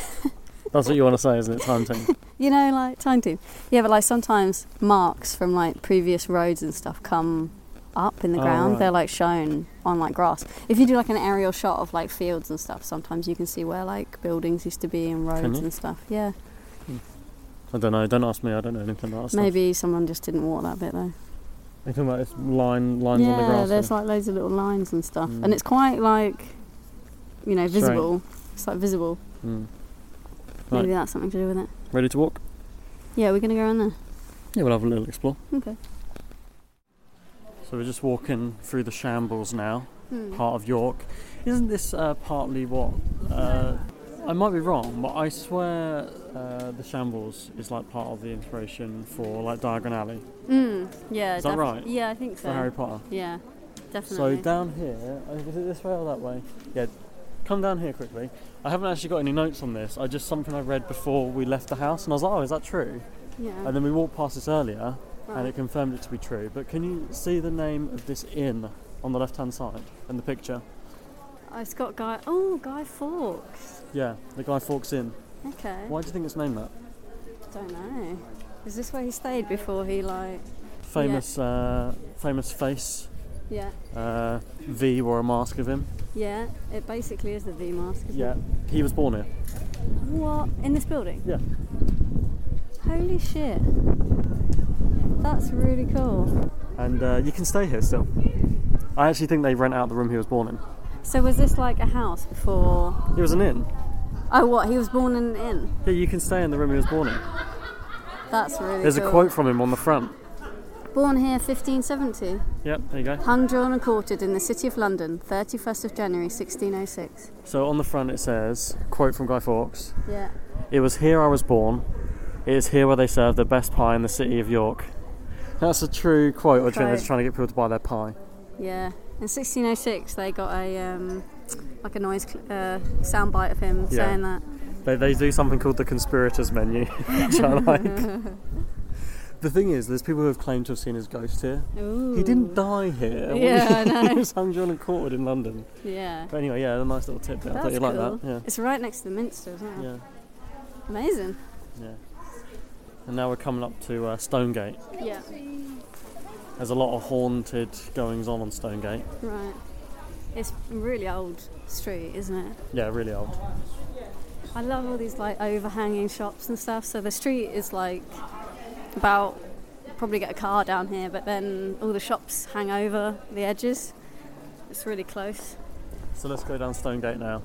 Speaker 4: That's what you want to say, isn't it? Time team.
Speaker 5: you know, like time to. Yeah, but like sometimes marks from like previous roads and stuff come up in the
Speaker 4: Oh,
Speaker 5: ground.
Speaker 4: right.
Speaker 5: They're like shown on like grass. If you do like an aerial shot of like fields and stuff, sometimes you can see where like buildings used to be and roads
Speaker 4: you?
Speaker 5: and stuff. Yeah,
Speaker 4: I don't know. Don't ask me. I don't know anything about that stuff.
Speaker 5: maybe someone just didn't walk that bit though.
Speaker 4: You're talking about this line, lines
Speaker 5: yeah,
Speaker 4: on the grass.
Speaker 5: there's
Speaker 4: here.
Speaker 5: like loads of little lines and stuff,
Speaker 4: Mm.
Speaker 5: and it's quite like you know
Speaker 4: Straight.
Speaker 5: visible. It's like visible.
Speaker 4: Mm.
Speaker 5: Maybe
Speaker 4: Right.
Speaker 5: that's something to do with it.
Speaker 4: Ready to walk?
Speaker 5: Yeah, we're gonna go around there.
Speaker 4: Yeah, we'll have a little explore.
Speaker 5: Okay.
Speaker 4: So we're just walking through the shambles now,
Speaker 5: Hmm.
Speaker 4: part of York. Isn't this uh, partly what? Uh, I might be wrong, but I swear uh, the shambles is like part of the inspiration for like Diagon Alley
Speaker 5: Mm. Yeah.
Speaker 4: Is that
Speaker 5: def-
Speaker 4: right?
Speaker 5: Yeah, I think
Speaker 4: for
Speaker 5: so.
Speaker 4: Harry Potter.
Speaker 5: Yeah,
Speaker 4: So
Speaker 5: definitely.
Speaker 4: down here, uh, is it this way or that way? Yeah, come down here quickly. I haven't actually got any notes on this. I just something I read before we left the house, and I was like, oh, is that true?
Speaker 5: yeah.
Speaker 4: And then we walked past this earlier, and it confirmed it to be true. But can you see the name of this inn on the left-hand side in the picture?
Speaker 5: Oh, it's got Guy. Oh, Guy Fawkes.
Speaker 4: Yeah, the Guy Fawkes Inn.
Speaker 5: Okay.
Speaker 4: Why do you think it's named that?
Speaker 5: Don't know. Is this where he stayed before he like?
Speaker 4: Famous, uh, famous face.
Speaker 5: Yeah.
Speaker 4: Uh, v wore a mask of him.
Speaker 5: Yeah. It basically is the V mask. Isn't
Speaker 4: Yeah,
Speaker 5: It?
Speaker 4: he was born here.
Speaker 5: What in this building?
Speaker 4: Yeah.
Speaker 5: Holy shit. That's really cool.
Speaker 4: And uh, you can stay here still. I actually think they rent out the room he was born in.
Speaker 5: So was this like a house before?
Speaker 4: It was an inn.
Speaker 5: Oh, what? He was born in an inn.
Speaker 4: Yeah, you can stay in the room he was born in.
Speaker 5: That's really.
Speaker 4: There's a
Speaker 5: cool.
Speaker 4: quote from him on the front.
Speaker 5: Born here 1570,
Speaker 4: Yep, there you go.
Speaker 5: hung, drawn, and quartered in the city of London, 31st of January 1606.
Speaker 4: So on the front it says, quote from Guy Fawkes,
Speaker 5: Yeah.
Speaker 4: It was here I was born. It is here where they serve the best pie in the city of York. That's a true quote, or do you think they're
Speaker 5: Quote.
Speaker 4: just trying to get people to buy their pie?
Speaker 5: Yeah. In 1606, they got a um, like a noise cl- uh, soundbite of him
Speaker 4: Yeah.
Speaker 5: saying that.
Speaker 4: They, they do something called the conspirators menu, which I like. the thing is, there's people who have claimed to have seen his ghost here.
Speaker 5: Ooh.
Speaker 4: He didn't die here.
Speaker 5: Yeah, I
Speaker 4: he
Speaker 5: know.
Speaker 4: was hung, drawn, and quartered in London.
Speaker 5: Yeah.
Speaker 4: But anyway, yeah, a nice little tip there. I thought
Speaker 5: That's
Speaker 4: you'd
Speaker 5: cool.
Speaker 4: like that. Yeah.
Speaker 5: It's right next to the Minster as well.
Speaker 4: Yeah.
Speaker 5: Amazing.
Speaker 4: Yeah. And now we're coming up to uh, Stonegate.
Speaker 5: Yeah.
Speaker 4: There's a lot of haunted goings on on Stonegate.
Speaker 5: Right. It's a really old street, isn't it?
Speaker 4: Yeah, really old.
Speaker 5: I love all these like overhanging shops and stuff. So the street is like about probably get a car down here, but then all the shops hang over the edges. It's really close.
Speaker 4: So let's go down Stonegate now.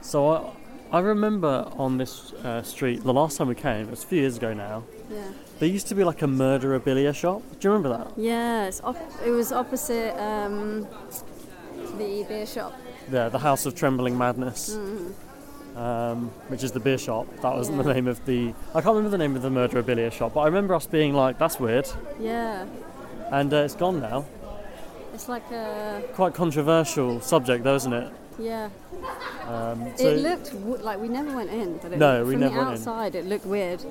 Speaker 4: So I, I remember on this uh, street the last time we came. It was a few years ago now.
Speaker 5: Yeah.
Speaker 4: There used to be like a murderabilia shop. Do you remember that?
Speaker 5: Yeah, it's op- it was opposite um, the beer shop.
Speaker 4: Yeah, the House of Trembling Madness, um, which is the beer shop. That wasn't the
Speaker 5: Mm-hmm. Yeah.
Speaker 4: name of the. I can't remember the name of the murderabilia shop, but I remember us being like, "That's weird,"
Speaker 5: Yeah,
Speaker 4: and uh, it's gone now.
Speaker 5: It's like a
Speaker 4: Quite controversial subject, though, isn't it?
Speaker 5: yeah.
Speaker 4: Um, so
Speaker 5: it looked w- like we never went in, but it
Speaker 4: No,
Speaker 5: looked,
Speaker 4: we
Speaker 5: from
Speaker 4: never
Speaker 5: the
Speaker 4: went in.
Speaker 5: outside it looked weird.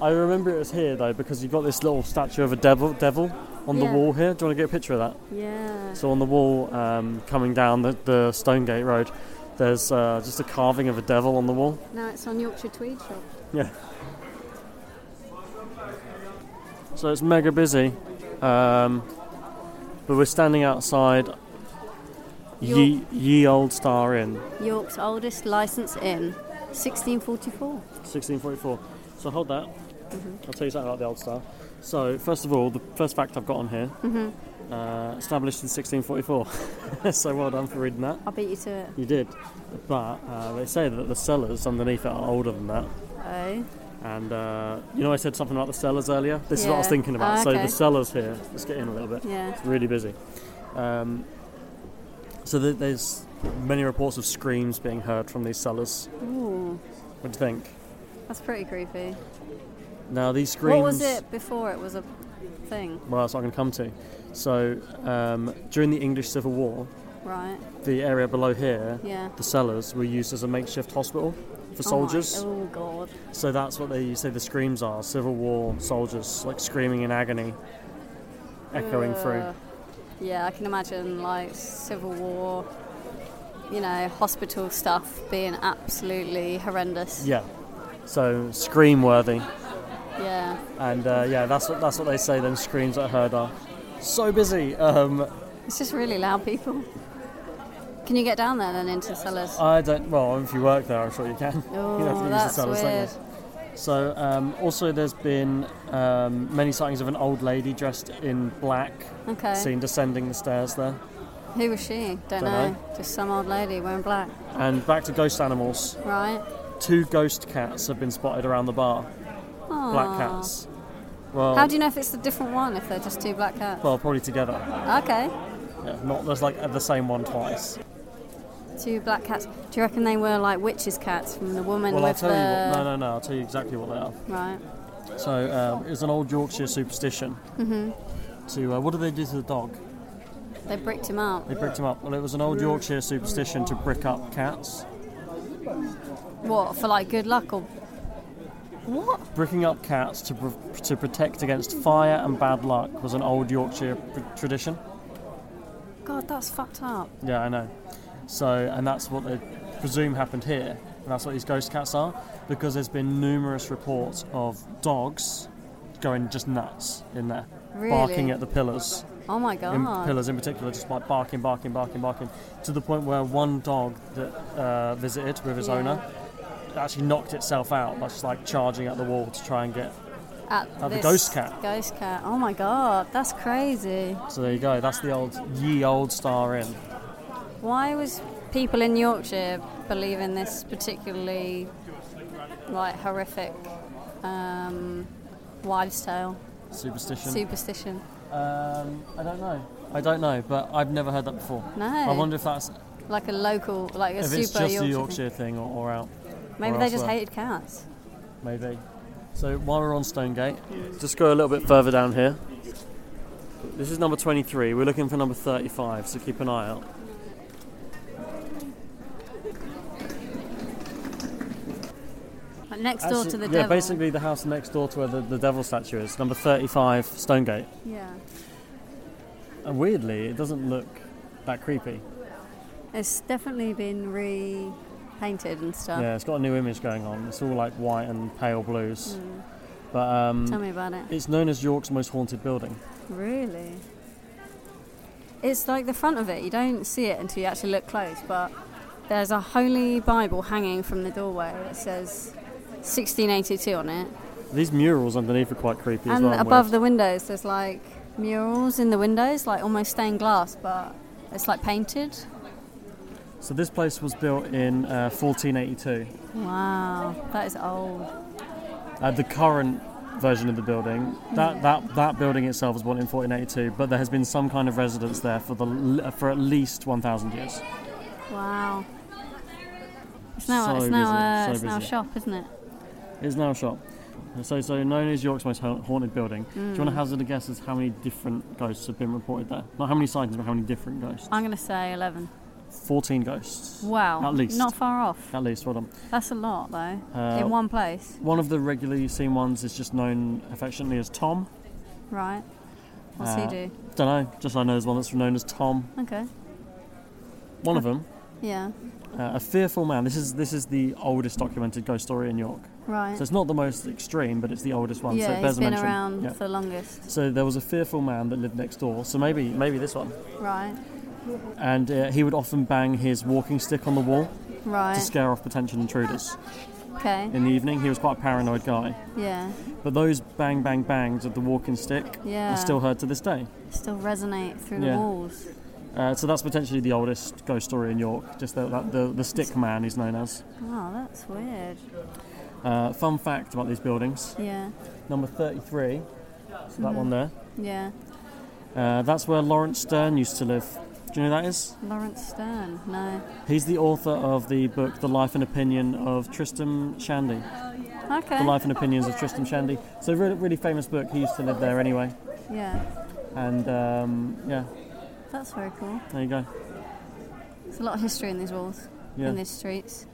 Speaker 4: I remember it was here though because you've got this little statue of a devil, devil on the
Speaker 5: Yeah.
Speaker 4: wall here. Do you want to get a picture of that?
Speaker 5: Yeah.
Speaker 4: So on the wall, um, coming down the, the Stonegate Road, there's uh, just a carving of a devil on the wall.
Speaker 5: Now it's on Yorkshire Tweed Shop.
Speaker 4: Yeah. So it's mega busy, um, but we're standing outside ye,
Speaker 5: York.
Speaker 4: ye Old Star Inn,
Speaker 5: York's oldest licensed inn, 1644.
Speaker 4: 1644. So hold that.
Speaker 5: Mm-hmm.
Speaker 4: I'll tell you something about the Old Star. So first of all, the first fact I've got on here,
Speaker 5: Mm-hmm.
Speaker 4: uh, established in 1644. so well done for reading that.
Speaker 5: I beat you to it.
Speaker 4: You did, but uh, they say that the cellars underneath it are older than that.
Speaker 5: Oh.
Speaker 4: And uh, you know, I said something about the cellars earlier. This is what I was
Speaker 5: Yeah.
Speaker 4: thinking about.
Speaker 5: Ah,
Speaker 4: So
Speaker 5: okay.
Speaker 4: the cellars here. Let's get in a little bit.
Speaker 5: Yeah.
Speaker 4: It's really busy. Um, so th- there's many reports of screams being heard from these cellars.
Speaker 5: Ooh,
Speaker 4: What do you think?
Speaker 5: that's pretty creepy.
Speaker 4: Now these screams.
Speaker 5: What was it before it was a thing?
Speaker 4: Well, that's what I'm going to come to. So um, during the English Civil War,
Speaker 5: Right.
Speaker 4: the area below here,
Speaker 5: Yeah.
Speaker 4: the cellars were used as a makeshift hospital for
Speaker 5: Oh my-
Speaker 4: soldiers.
Speaker 5: Oh, god.
Speaker 4: So that's what they say the screams are Civil War soldiers, like screaming in agony, echoing through.
Speaker 5: Ugh. Yeah, I can imagine like Civil War, you know, hospital stuff being absolutely horrendous.
Speaker 4: Yeah. So scream worthy.
Speaker 5: Yeah.
Speaker 4: And uh, yeah, that's what, that's what they say then screams that are heard are. So busy. Um,
Speaker 5: It's just really loud people. Can you get down there then into the cellars?
Speaker 4: I don't, well, if you work there, I'm sure you can.
Speaker 5: Oh,
Speaker 4: Uh, you don't have to use the
Speaker 5: that's
Speaker 4: cellars, don't you?
Speaker 5: weird.
Speaker 4: So um, also there's been um, many sightings of an old lady dressed in black
Speaker 5: Okay.
Speaker 4: seen descending the stairs there.
Speaker 5: Who was she? Don't,
Speaker 4: Dunno.
Speaker 5: Just some old lady wearing black,
Speaker 4: And back to ghost animals.
Speaker 5: right?
Speaker 4: Two ghost cats have been spotted around the bar. Black
Speaker 5: Aw.
Speaker 4: cats. Well,
Speaker 5: How do you know if it's a different one if they're just two black cats?
Speaker 4: Well, probably together.
Speaker 5: Okay.
Speaker 4: Yeah, not there's like the same one twice.
Speaker 5: Two black cats. Do you reckon they were like witches' cats from the woman
Speaker 4: Well, I'll
Speaker 5: with
Speaker 4: tell
Speaker 5: the.
Speaker 4: you what. No, no, no. I'll tell you exactly what they are.
Speaker 5: Right.
Speaker 4: So um, it was an old Yorkshire superstition.
Speaker 5: Mm-hmm.
Speaker 4: To uh, what did they do to the dog?
Speaker 5: They bricked him out.
Speaker 4: They bricked him up. Well, it was an old Yorkshire superstition to brick up cats.
Speaker 5: What, for like good luck or. What?
Speaker 4: Bricking up cats to pr- to protect against fire and bad luck was an old Yorkshire pr- tradition.
Speaker 5: God, that's fucked up.
Speaker 4: Yeah, I know. So, and that's what they presume happened here. And that's what these ghost cats are, because there's been numerous reports of dogs going just nuts in there, barking
Speaker 5: Really?
Speaker 4: at the pillars,
Speaker 5: Oh my
Speaker 4: in
Speaker 5: god.
Speaker 4: pillars in particular, just like barking, barking, barking, barking, to the point where one dog that uh, visited with his
Speaker 5: Yeah.
Speaker 4: owner actually knocked itself out by just like charging at the wall to try and get.
Speaker 5: At
Speaker 4: the
Speaker 5: this
Speaker 4: ghost cat.
Speaker 5: Ghost cat. Oh my god, that's crazy.
Speaker 4: So there you go. That's the old ye old Star Inn.
Speaker 5: Why was people in Yorkshire believe in this particularly like horrific um, wives' tale
Speaker 4: Superstition.
Speaker 5: superstition?
Speaker 4: Um, I don't know. I don't know, but I've never heard that before.
Speaker 5: No.
Speaker 4: I wonder if that's
Speaker 5: Like a local, like a
Speaker 4: if
Speaker 5: super
Speaker 4: it's just
Speaker 5: Yorkshire.
Speaker 4: a
Speaker 5: thing.
Speaker 4: Yorkshire thing or, or out,
Speaker 5: Maybe
Speaker 4: or
Speaker 5: they just
Speaker 4: elsewhere.
Speaker 5: hated cats.
Speaker 4: maybe. So while we're on Stonegate, just go a little bit further down here. This is number 23. We're looking for number 35, so keep an eye out.
Speaker 5: Like next door to the
Speaker 4: yeah,
Speaker 5: devil.
Speaker 4: basically the house next door to where the, the devil statue is, number 35, Stonegate.
Speaker 5: Yeah.
Speaker 4: And weirdly, it doesn't look that creepy.
Speaker 5: It's definitely been repainted and stuff.
Speaker 4: Yeah, it's got a new image going on. It's all like white and pale blues. But um,
Speaker 5: Hmm. Tell me about it.
Speaker 4: It's known as York's most haunted building.
Speaker 5: Really? It's like the front of it. You don't see it until you actually look close, but there's a holy Bible hanging from the doorway that says 1682 on it.
Speaker 4: These murals underneath are quite creepy as
Speaker 5: and
Speaker 4: well. and
Speaker 5: above
Speaker 4: weird.
Speaker 5: the windows, there's like murals in the windows, like almost stained glass, but it's like painted.
Speaker 4: So this place was built in uh, 1482.
Speaker 5: Wow, that is old.
Speaker 4: Uh, the current version of the building,
Speaker 5: Hmm.
Speaker 4: that, that that building itself was built in 1482, but there has been some kind of residence there for the l- for at least 1,000 years.
Speaker 5: Wow. It's now,
Speaker 4: So
Speaker 5: it's now,
Speaker 4: busy,
Speaker 5: uh,
Speaker 4: so
Speaker 5: it's now a
Speaker 4: busy.
Speaker 5: shop, isn't it?
Speaker 4: It's now a shop. So, so known as York's most ha- haunted building. Do you want
Speaker 5: Mm.
Speaker 4: to hazard a guess as how many different ghosts have been reported there? Not how many sightings, but how many different ghosts?
Speaker 5: I'm going to say 11.
Speaker 4: 14 ghosts.
Speaker 5: Wow.
Speaker 4: At least.
Speaker 5: Not far off.
Speaker 4: At least, well done.
Speaker 5: That's a lot, though.
Speaker 4: Uh,
Speaker 5: in one place.
Speaker 4: One of the regularly seen ones is just known affectionately as Tom.
Speaker 5: Right. What's
Speaker 4: Uh,
Speaker 5: he do?
Speaker 4: Don't know. Just I know there's one that's known as Tom.
Speaker 5: Okay.
Speaker 4: One of them,
Speaker 5: Yeah.
Speaker 4: uh, a fearful man. This is this is the oldest documented ghost story in York.
Speaker 5: Right.
Speaker 4: So it's not the most extreme, but it's the oldest one. so
Speaker 5: yeah,
Speaker 4: it
Speaker 5: he's
Speaker 4: bears a
Speaker 5: been
Speaker 4: mention.
Speaker 5: around
Speaker 4: Yeah.
Speaker 5: for the longest.
Speaker 4: So there was a fearful man that lived next door. So maybe maybe this one.
Speaker 5: Right.
Speaker 4: And uh, he would often bang his walking stick on the wall to
Speaker 5: Right.
Speaker 4: scare off potential intruders.
Speaker 5: Okay.
Speaker 4: In the evening, he was quite a paranoid guy.
Speaker 5: Yeah.
Speaker 4: But those bang bang bangs of the walking stick
Speaker 5: Yeah.
Speaker 4: are still heard to this day.
Speaker 5: Still resonate through the
Speaker 4: Yeah.
Speaker 5: walls.
Speaker 4: Uh, so that's potentially the oldest ghost story in York. Just the, that, the, the stick man he's known as.
Speaker 5: Wow, that's weird.
Speaker 4: Uh, fun fact about these buildings:
Speaker 5: Yeah.
Speaker 4: number thirty-three, so
Speaker 5: Mm-hmm.
Speaker 4: that one there.
Speaker 5: Yeah.
Speaker 4: Uh, that's where Lawrence Stern used to live. Do you know who that is?
Speaker 5: Lawrence Stern. No.
Speaker 4: He's the author of the book The Life and Opinion of Tristram Shandy.
Speaker 5: Okay.
Speaker 4: The Life and Opinions of Tristram Shandy. So a really, really famous book. He used to live there anyway.
Speaker 5: Yeah.
Speaker 4: And um, yeah,
Speaker 5: That's very cool.
Speaker 4: there you go.
Speaker 5: There's a lot of history in these walls, in
Speaker 4: Yeah.
Speaker 5: these streets.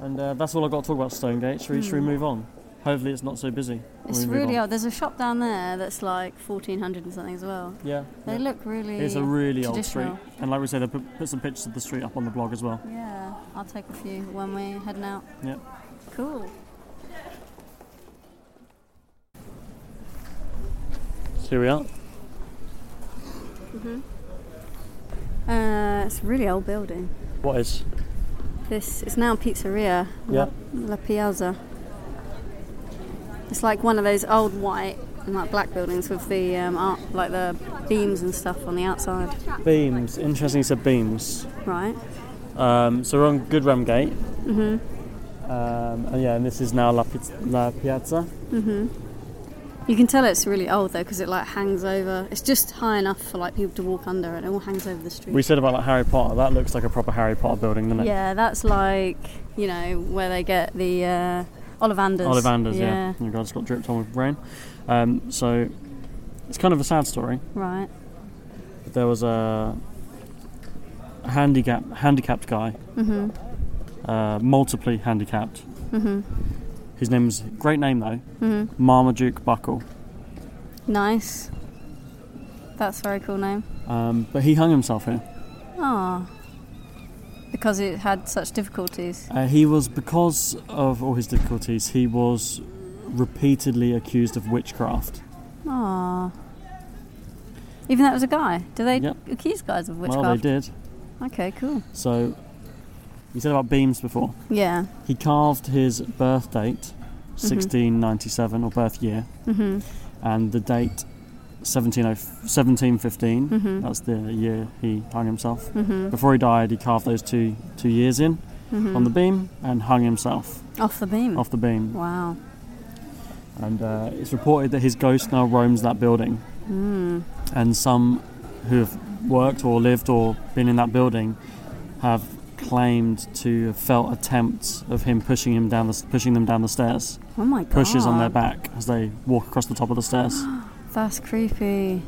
Speaker 4: And uh, that's all I've got to talk about Stonegate. Should we, should we move on? Hopefully it's not so busy. when
Speaker 5: Hmm. It's
Speaker 4: we move
Speaker 5: really
Speaker 4: on.
Speaker 5: old. There's a shop down there that's like 1400 and something as well.
Speaker 4: Yeah. yeah.
Speaker 5: They look really.
Speaker 4: It's a really old street.
Speaker 5: traditional.
Speaker 4: And like we said, I put, put some pictures of the street up on the blog as well.
Speaker 5: Yeah, I'll take a few when we're heading out.
Speaker 4: Yeah.
Speaker 5: Cool.
Speaker 4: So here we are.
Speaker 5: Uh, it's a really old building.
Speaker 4: What is?
Speaker 5: This it's now pizzeria.
Speaker 4: Yeah.
Speaker 5: La, La Piazza. It's like one of those old white and like black buildings with the um, art, like the beams and stuff on the outside,
Speaker 4: Beams. Interesting you said beams.
Speaker 5: right?
Speaker 4: Um, so we're on Goodram Gate.
Speaker 5: Mm-hmm.
Speaker 4: Um, and yeah, and this is now La, Piz- La Piazza.
Speaker 5: You can tell it's really old though because it like hangs over. It's just high enough for like people to walk under, and it all hangs over the street.
Speaker 4: We said about like Harry Potter. That looks like a proper Harry Potter building, doesn't it?
Speaker 5: yeah, that's like you know where they get the uh, Ollivanders.
Speaker 4: Ollivanders, yeah. You guys got dripped on with rain. Um, so it's kind of a sad story.
Speaker 5: Right.
Speaker 4: But there was a handicap handicapped guy, uh, multiply handicapped. His name was great name though, Marmaduke Buckle.
Speaker 5: Nice. That's a very cool name.
Speaker 4: Um, but he hung himself here.
Speaker 5: Ah. Because it had such difficulties.
Speaker 4: Uh, he was, because of all his difficulties, he was repeatedly accused of witchcraft.
Speaker 5: Ah. Even that was a guy. Do they
Speaker 4: Yep.
Speaker 5: accuse guys of witchcraft?
Speaker 4: Well, they did.
Speaker 5: Okay, cool.
Speaker 4: So, you said about beams before.
Speaker 5: Yeah.
Speaker 4: He carved his birth date, 1697, or birth year, and the date, 1700 1715. That's the year he hung himself. Before he died, he carved those two, two years in on the beam and hung himself
Speaker 5: Off the beam.
Speaker 4: off the beam.
Speaker 5: Wow.
Speaker 4: And uh, it's reported that his ghost now roams that building. And some who have worked or lived or been in that building have claimed to have felt attempts of him pushing him down the, pushing them down the stairs,
Speaker 5: Oh my god.
Speaker 4: pushes on their back as they walk across the top of the stairs.
Speaker 5: That's creepy.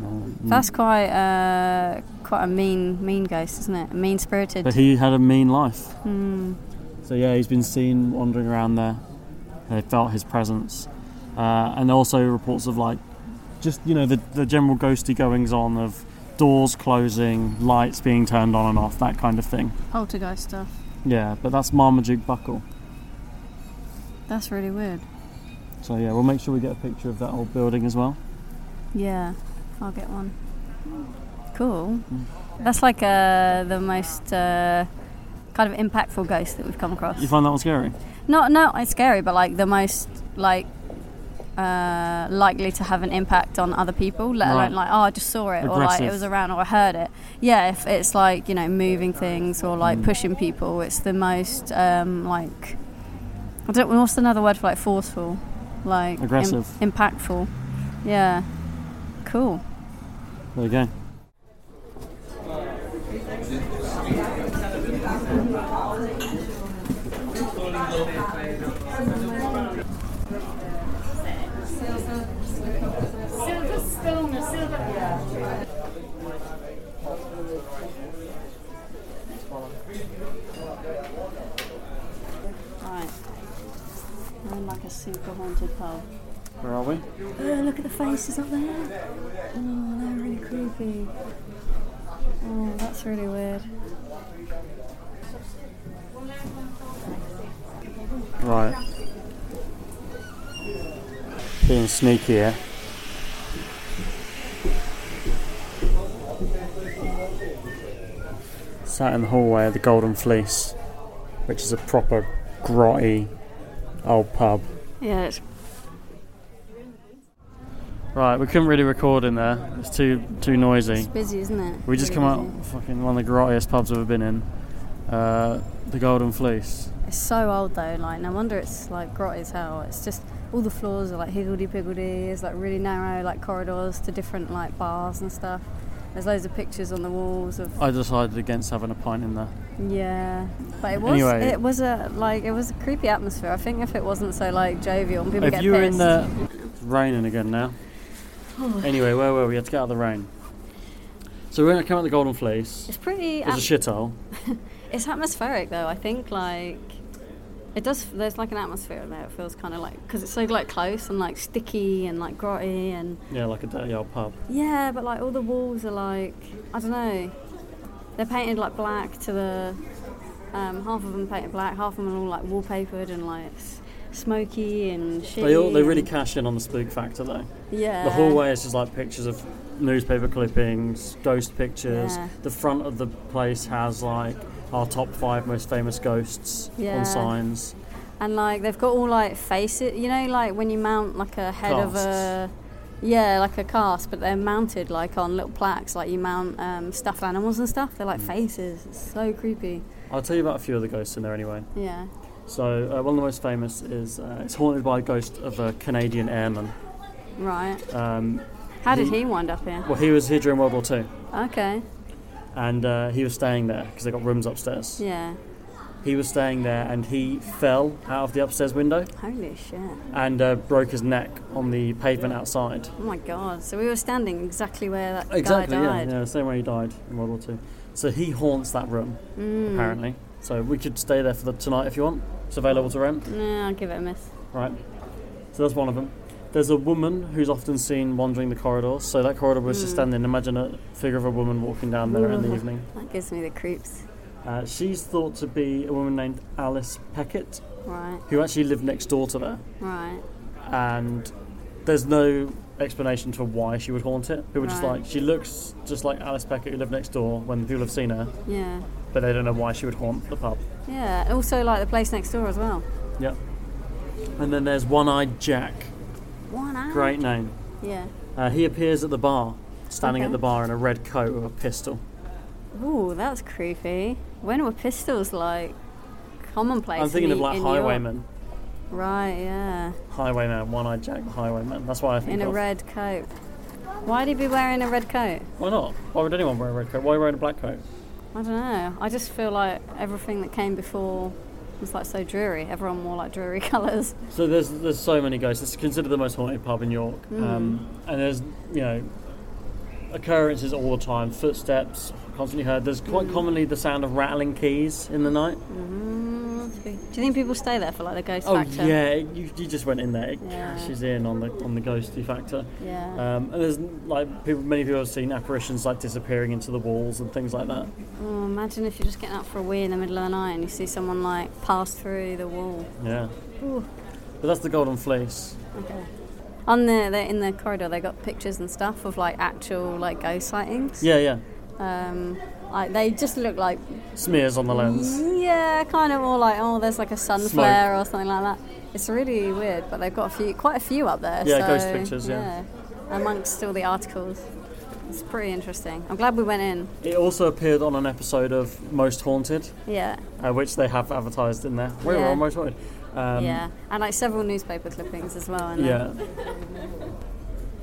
Speaker 4: mm.
Speaker 5: That's quite uh, quite a mean mean ghost, isn't it? Mean spirited.
Speaker 4: But he had a mean life. So yeah, he's been seen wandering around there. They felt his presence, uh, and also reports of like, just you know the the general ghosty goings on of doors closing, lights being turned on and off, that kind of thing.
Speaker 5: Poltergeist stuff.
Speaker 4: Yeah, but that's Marmaduke Buckle.
Speaker 5: That's really weird.
Speaker 4: So yeah, we'll make sure we get a picture of that old building as well.
Speaker 5: Yeah, I'll get one. Cool. That's like uh, the most uh, kind of impactful ghost that we've come across.
Speaker 4: You find that one scary?
Speaker 5: Not not it's scary, but like the most like uh, likely to have an impact on other people. Let
Speaker 4: Right.
Speaker 5: alone like oh, I just saw it, or like it
Speaker 4: Aggressive.
Speaker 5: was around, or I heard it. Yeah, if it's like you know moving things or
Speaker 4: Hmm.
Speaker 5: like pushing people, it's the most um, like I don't. What's another word for like forceful, like im-
Speaker 4: Aggressive.
Speaker 5: impactful? Yeah, cool.
Speaker 4: There you go.
Speaker 6: Silver spoon, a silver.
Speaker 5: Right. We're in like a super haunted pub.
Speaker 4: Where are we?
Speaker 5: Oh, look at the faces up there. Oh, they're really creepy. Oh, that's really weird.
Speaker 4: Right. Being sneaky here. Sat in the hallway of the Golden Fleece, which is a proper grotty old pub.
Speaker 5: Yeah, it's
Speaker 4: Right, we couldn't really record in there. It's too too noisy.
Speaker 5: busy, isn't it?
Speaker 4: We just
Speaker 5: Really
Speaker 4: come out
Speaker 5: busy.
Speaker 4: fucking one of the grottiest pubs I've ever been in. Uh, the Golden Fleece.
Speaker 5: It's so old though, like no wonder it's like grotty as hell. It's just all the floors are like higgledy piggledy. It's like really narrow like corridors to different like bars and stuff. There's loads of pictures on the walls of
Speaker 4: I decided against having a pint in there.
Speaker 5: yeah, but it was
Speaker 4: Anyway.
Speaker 5: it was a like it was a creepy atmosphere. I think if it wasn't so like jovial and people
Speaker 4: If
Speaker 5: get
Speaker 4: you were in
Speaker 5: pissed-
Speaker 4: the it's raining again now. anyway, where were we? We had to get out of the rain. So we're gonna come out the Golden Fleece.
Speaker 5: it's pretty.
Speaker 4: It's a
Speaker 5: At-
Speaker 4: shithole.
Speaker 5: it's atmospheric though. I think like it does. There's like an atmosphere in there. It feels kind of like because it's so like close and like sticky and like grotty and
Speaker 4: Yeah, like a dirty old pub.
Speaker 5: Yeah, but like all the walls are like I don't know. They're painted like black to the um, half of them painted black, half of them are all like wallpapered and like s- smoky and shitty.
Speaker 4: They all, they really
Speaker 5: and-
Speaker 4: cash in on the spook factor though.
Speaker 5: yeah.
Speaker 4: The hallway is just like pictures of newspaper clippings, ghost pictures.
Speaker 5: Yeah.
Speaker 4: The front of the place has like our top five most famous ghosts
Speaker 5: Yeah.
Speaker 4: on signs.
Speaker 5: And like they've got all like faces, you know, like when you mount like a head of a yeah, like a cast, but they're mounted like on little plaques, like you mount um, stuffed animals and stuff. They're like
Speaker 4: Mm.
Speaker 5: faces. It's so creepy.
Speaker 4: I'll tell you about a few of the ghosts in there anyway.
Speaker 5: Yeah.
Speaker 4: So uh, one of the most famous is uh, it's haunted by a ghost of a Canadian airman.
Speaker 5: Right.
Speaker 4: Um,
Speaker 5: How did he wind up here?
Speaker 4: well, he was here during World War Two,
Speaker 5: Okay.
Speaker 4: and uh, he was staying there because they got rooms upstairs.
Speaker 5: Yeah.
Speaker 4: He was staying there, and he fell out of the upstairs window
Speaker 5: Holy shit.
Speaker 4: and uh, broke his neck on the pavement outside.
Speaker 5: Oh my god! So we were standing exactly where that
Speaker 4: Exactly,
Speaker 5: guy
Speaker 4: yeah,
Speaker 5: died.
Speaker 4: yeah, the same way he died in World War Two. So he haunts that room
Speaker 5: Mm.
Speaker 4: apparently. So we could stay there for the tonight if you want. It's available to rent.
Speaker 5: Nah, I'll give it a miss.
Speaker 4: Right. So that's one of them. There's a woman who's often seen wandering the corridors. So that corridor was
Speaker 5: Mm.
Speaker 4: just standing. Imagine a figure of a woman walking down there in the evening.
Speaker 5: That gives me the creeps.
Speaker 4: Uh, she's thought to be a woman named Alice Peckett,
Speaker 5: Right,
Speaker 4: who actually lived next door to there.
Speaker 5: right.
Speaker 4: And there's no explanation for why she would haunt it. People were just
Speaker 5: Right.
Speaker 4: like, she looks just like Alice Peckett, who lived next door when the people have seen her,
Speaker 5: Yeah,
Speaker 4: but they don't know why she would haunt the pub.
Speaker 5: yeah. And Also, like the place next door as well.
Speaker 4: Yep. And then there's One Eyed Jack.
Speaker 5: One hour.
Speaker 4: Great name.
Speaker 5: Yeah.
Speaker 4: Uh, he appears at the bar, standing at
Speaker 5: Okay.
Speaker 4: the bar in a red coat with a pistol.
Speaker 5: Ooh, that's creepy. When were pistols like commonplace?
Speaker 4: I'm thinking
Speaker 5: in
Speaker 4: of
Speaker 5: the-
Speaker 4: like
Speaker 5: in Europe?
Speaker 4: highwayman,
Speaker 5: Right. Yeah.
Speaker 4: highwayman, one-eyed Jack, highwayman. That's why I think
Speaker 5: In a
Speaker 4: of.
Speaker 5: red coat. Why'd he be wearing a red coat?
Speaker 4: Why not? Why would anyone wear a red coat? Why are you wearing a black coat?
Speaker 5: I don't know. I just feel like everything that came before was like so dreary. Everyone wore like dreary colours.
Speaker 4: So there's there's so many ghosts. It's considered the most haunted pub in York,
Speaker 5: Mm.
Speaker 4: um, and there's you know occurrences all the time. Footsteps constantly heard. There's quite
Speaker 5: Mm.
Speaker 4: commonly the sound of rattling keys in the night.
Speaker 5: Do you think people stay there for like the ghost
Speaker 4: Oh
Speaker 5: factor?
Speaker 4: yeah, it, you, you just went in there. It
Speaker 5: Yeah.
Speaker 4: cashes in on the on the ghosty factor.
Speaker 5: Yeah.
Speaker 4: Um, and there's like people, many people have seen apparitions like disappearing into the walls and things like that.
Speaker 5: Oh, imagine if you're just getting out for a wee in the middle of the night and you see someone like pass through the wall.
Speaker 4: Yeah. But that's the Golden Fleece.
Speaker 5: Okay. On the, the in the corridor, they got pictures and stuff of like actual like ghost sightings.
Speaker 4: Yeah, yeah.
Speaker 5: Um, like they just look like
Speaker 4: Smears on the lens.
Speaker 5: Mm-hmm. yeah, kind of more like oh, there's like a sun flare or something like that. It's really weird, but they've got a few, quite a few up there.
Speaker 4: Yeah,
Speaker 5: so,
Speaker 4: ghost pictures, yeah.
Speaker 5: yeah, amongst all the articles. It's pretty interesting. I'm glad we went in.
Speaker 4: It also appeared on an episode of Most Haunted,
Speaker 5: Yeah.
Speaker 4: uh, which they have advertised in there. We were
Speaker 5: Yeah.
Speaker 4: on Most Haunted. Um,
Speaker 5: yeah, and like several newspaper clippings as well. And
Speaker 4: yeah.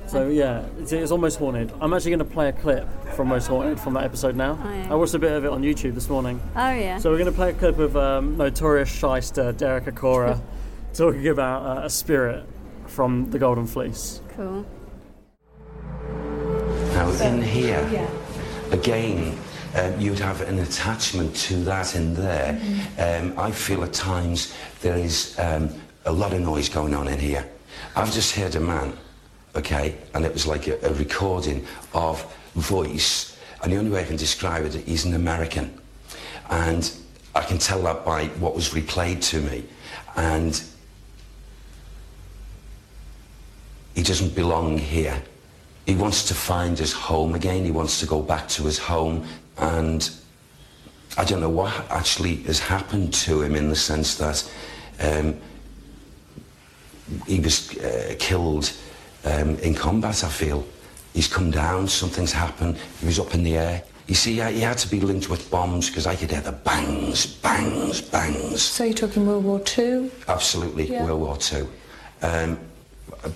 Speaker 4: So yeah, it's, it's almost haunted. I'm actually going to play a clip from Most Haunted from that episode now.
Speaker 5: Oh, yeah.
Speaker 4: I watched a bit of it on YouTube this morning.
Speaker 5: Oh yeah.
Speaker 4: So we're going to play a clip of um, notorious shyster Derek Acora talking about uh, a spirit from the Golden Fleece.
Speaker 5: cool.
Speaker 7: Now, in here, again, um, you'd have an attachment to that in there. Um, I feel at times there is um, a lot of noise going on in here. I've just heard a man, okay, and it was like a, a recording of voice, and the only way I can describe it, he's an American. And I can tell that by what was replayed to me. And he doesn't belong here. He wants to find his home again. He wants to go back to his home. And I don't know what actually has happened to him in the sense that um, he was uh, killed um, in combat, I feel. He's come down, something's happened, he was up in the air. You see, I- he had to be linked with bombs because I could hear the bangs, bangs, bangs.
Speaker 8: So you're talking World War Two?
Speaker 7: Absolutely,
Speaker 8: Yeah.
Speaker 7: World War Two. Um,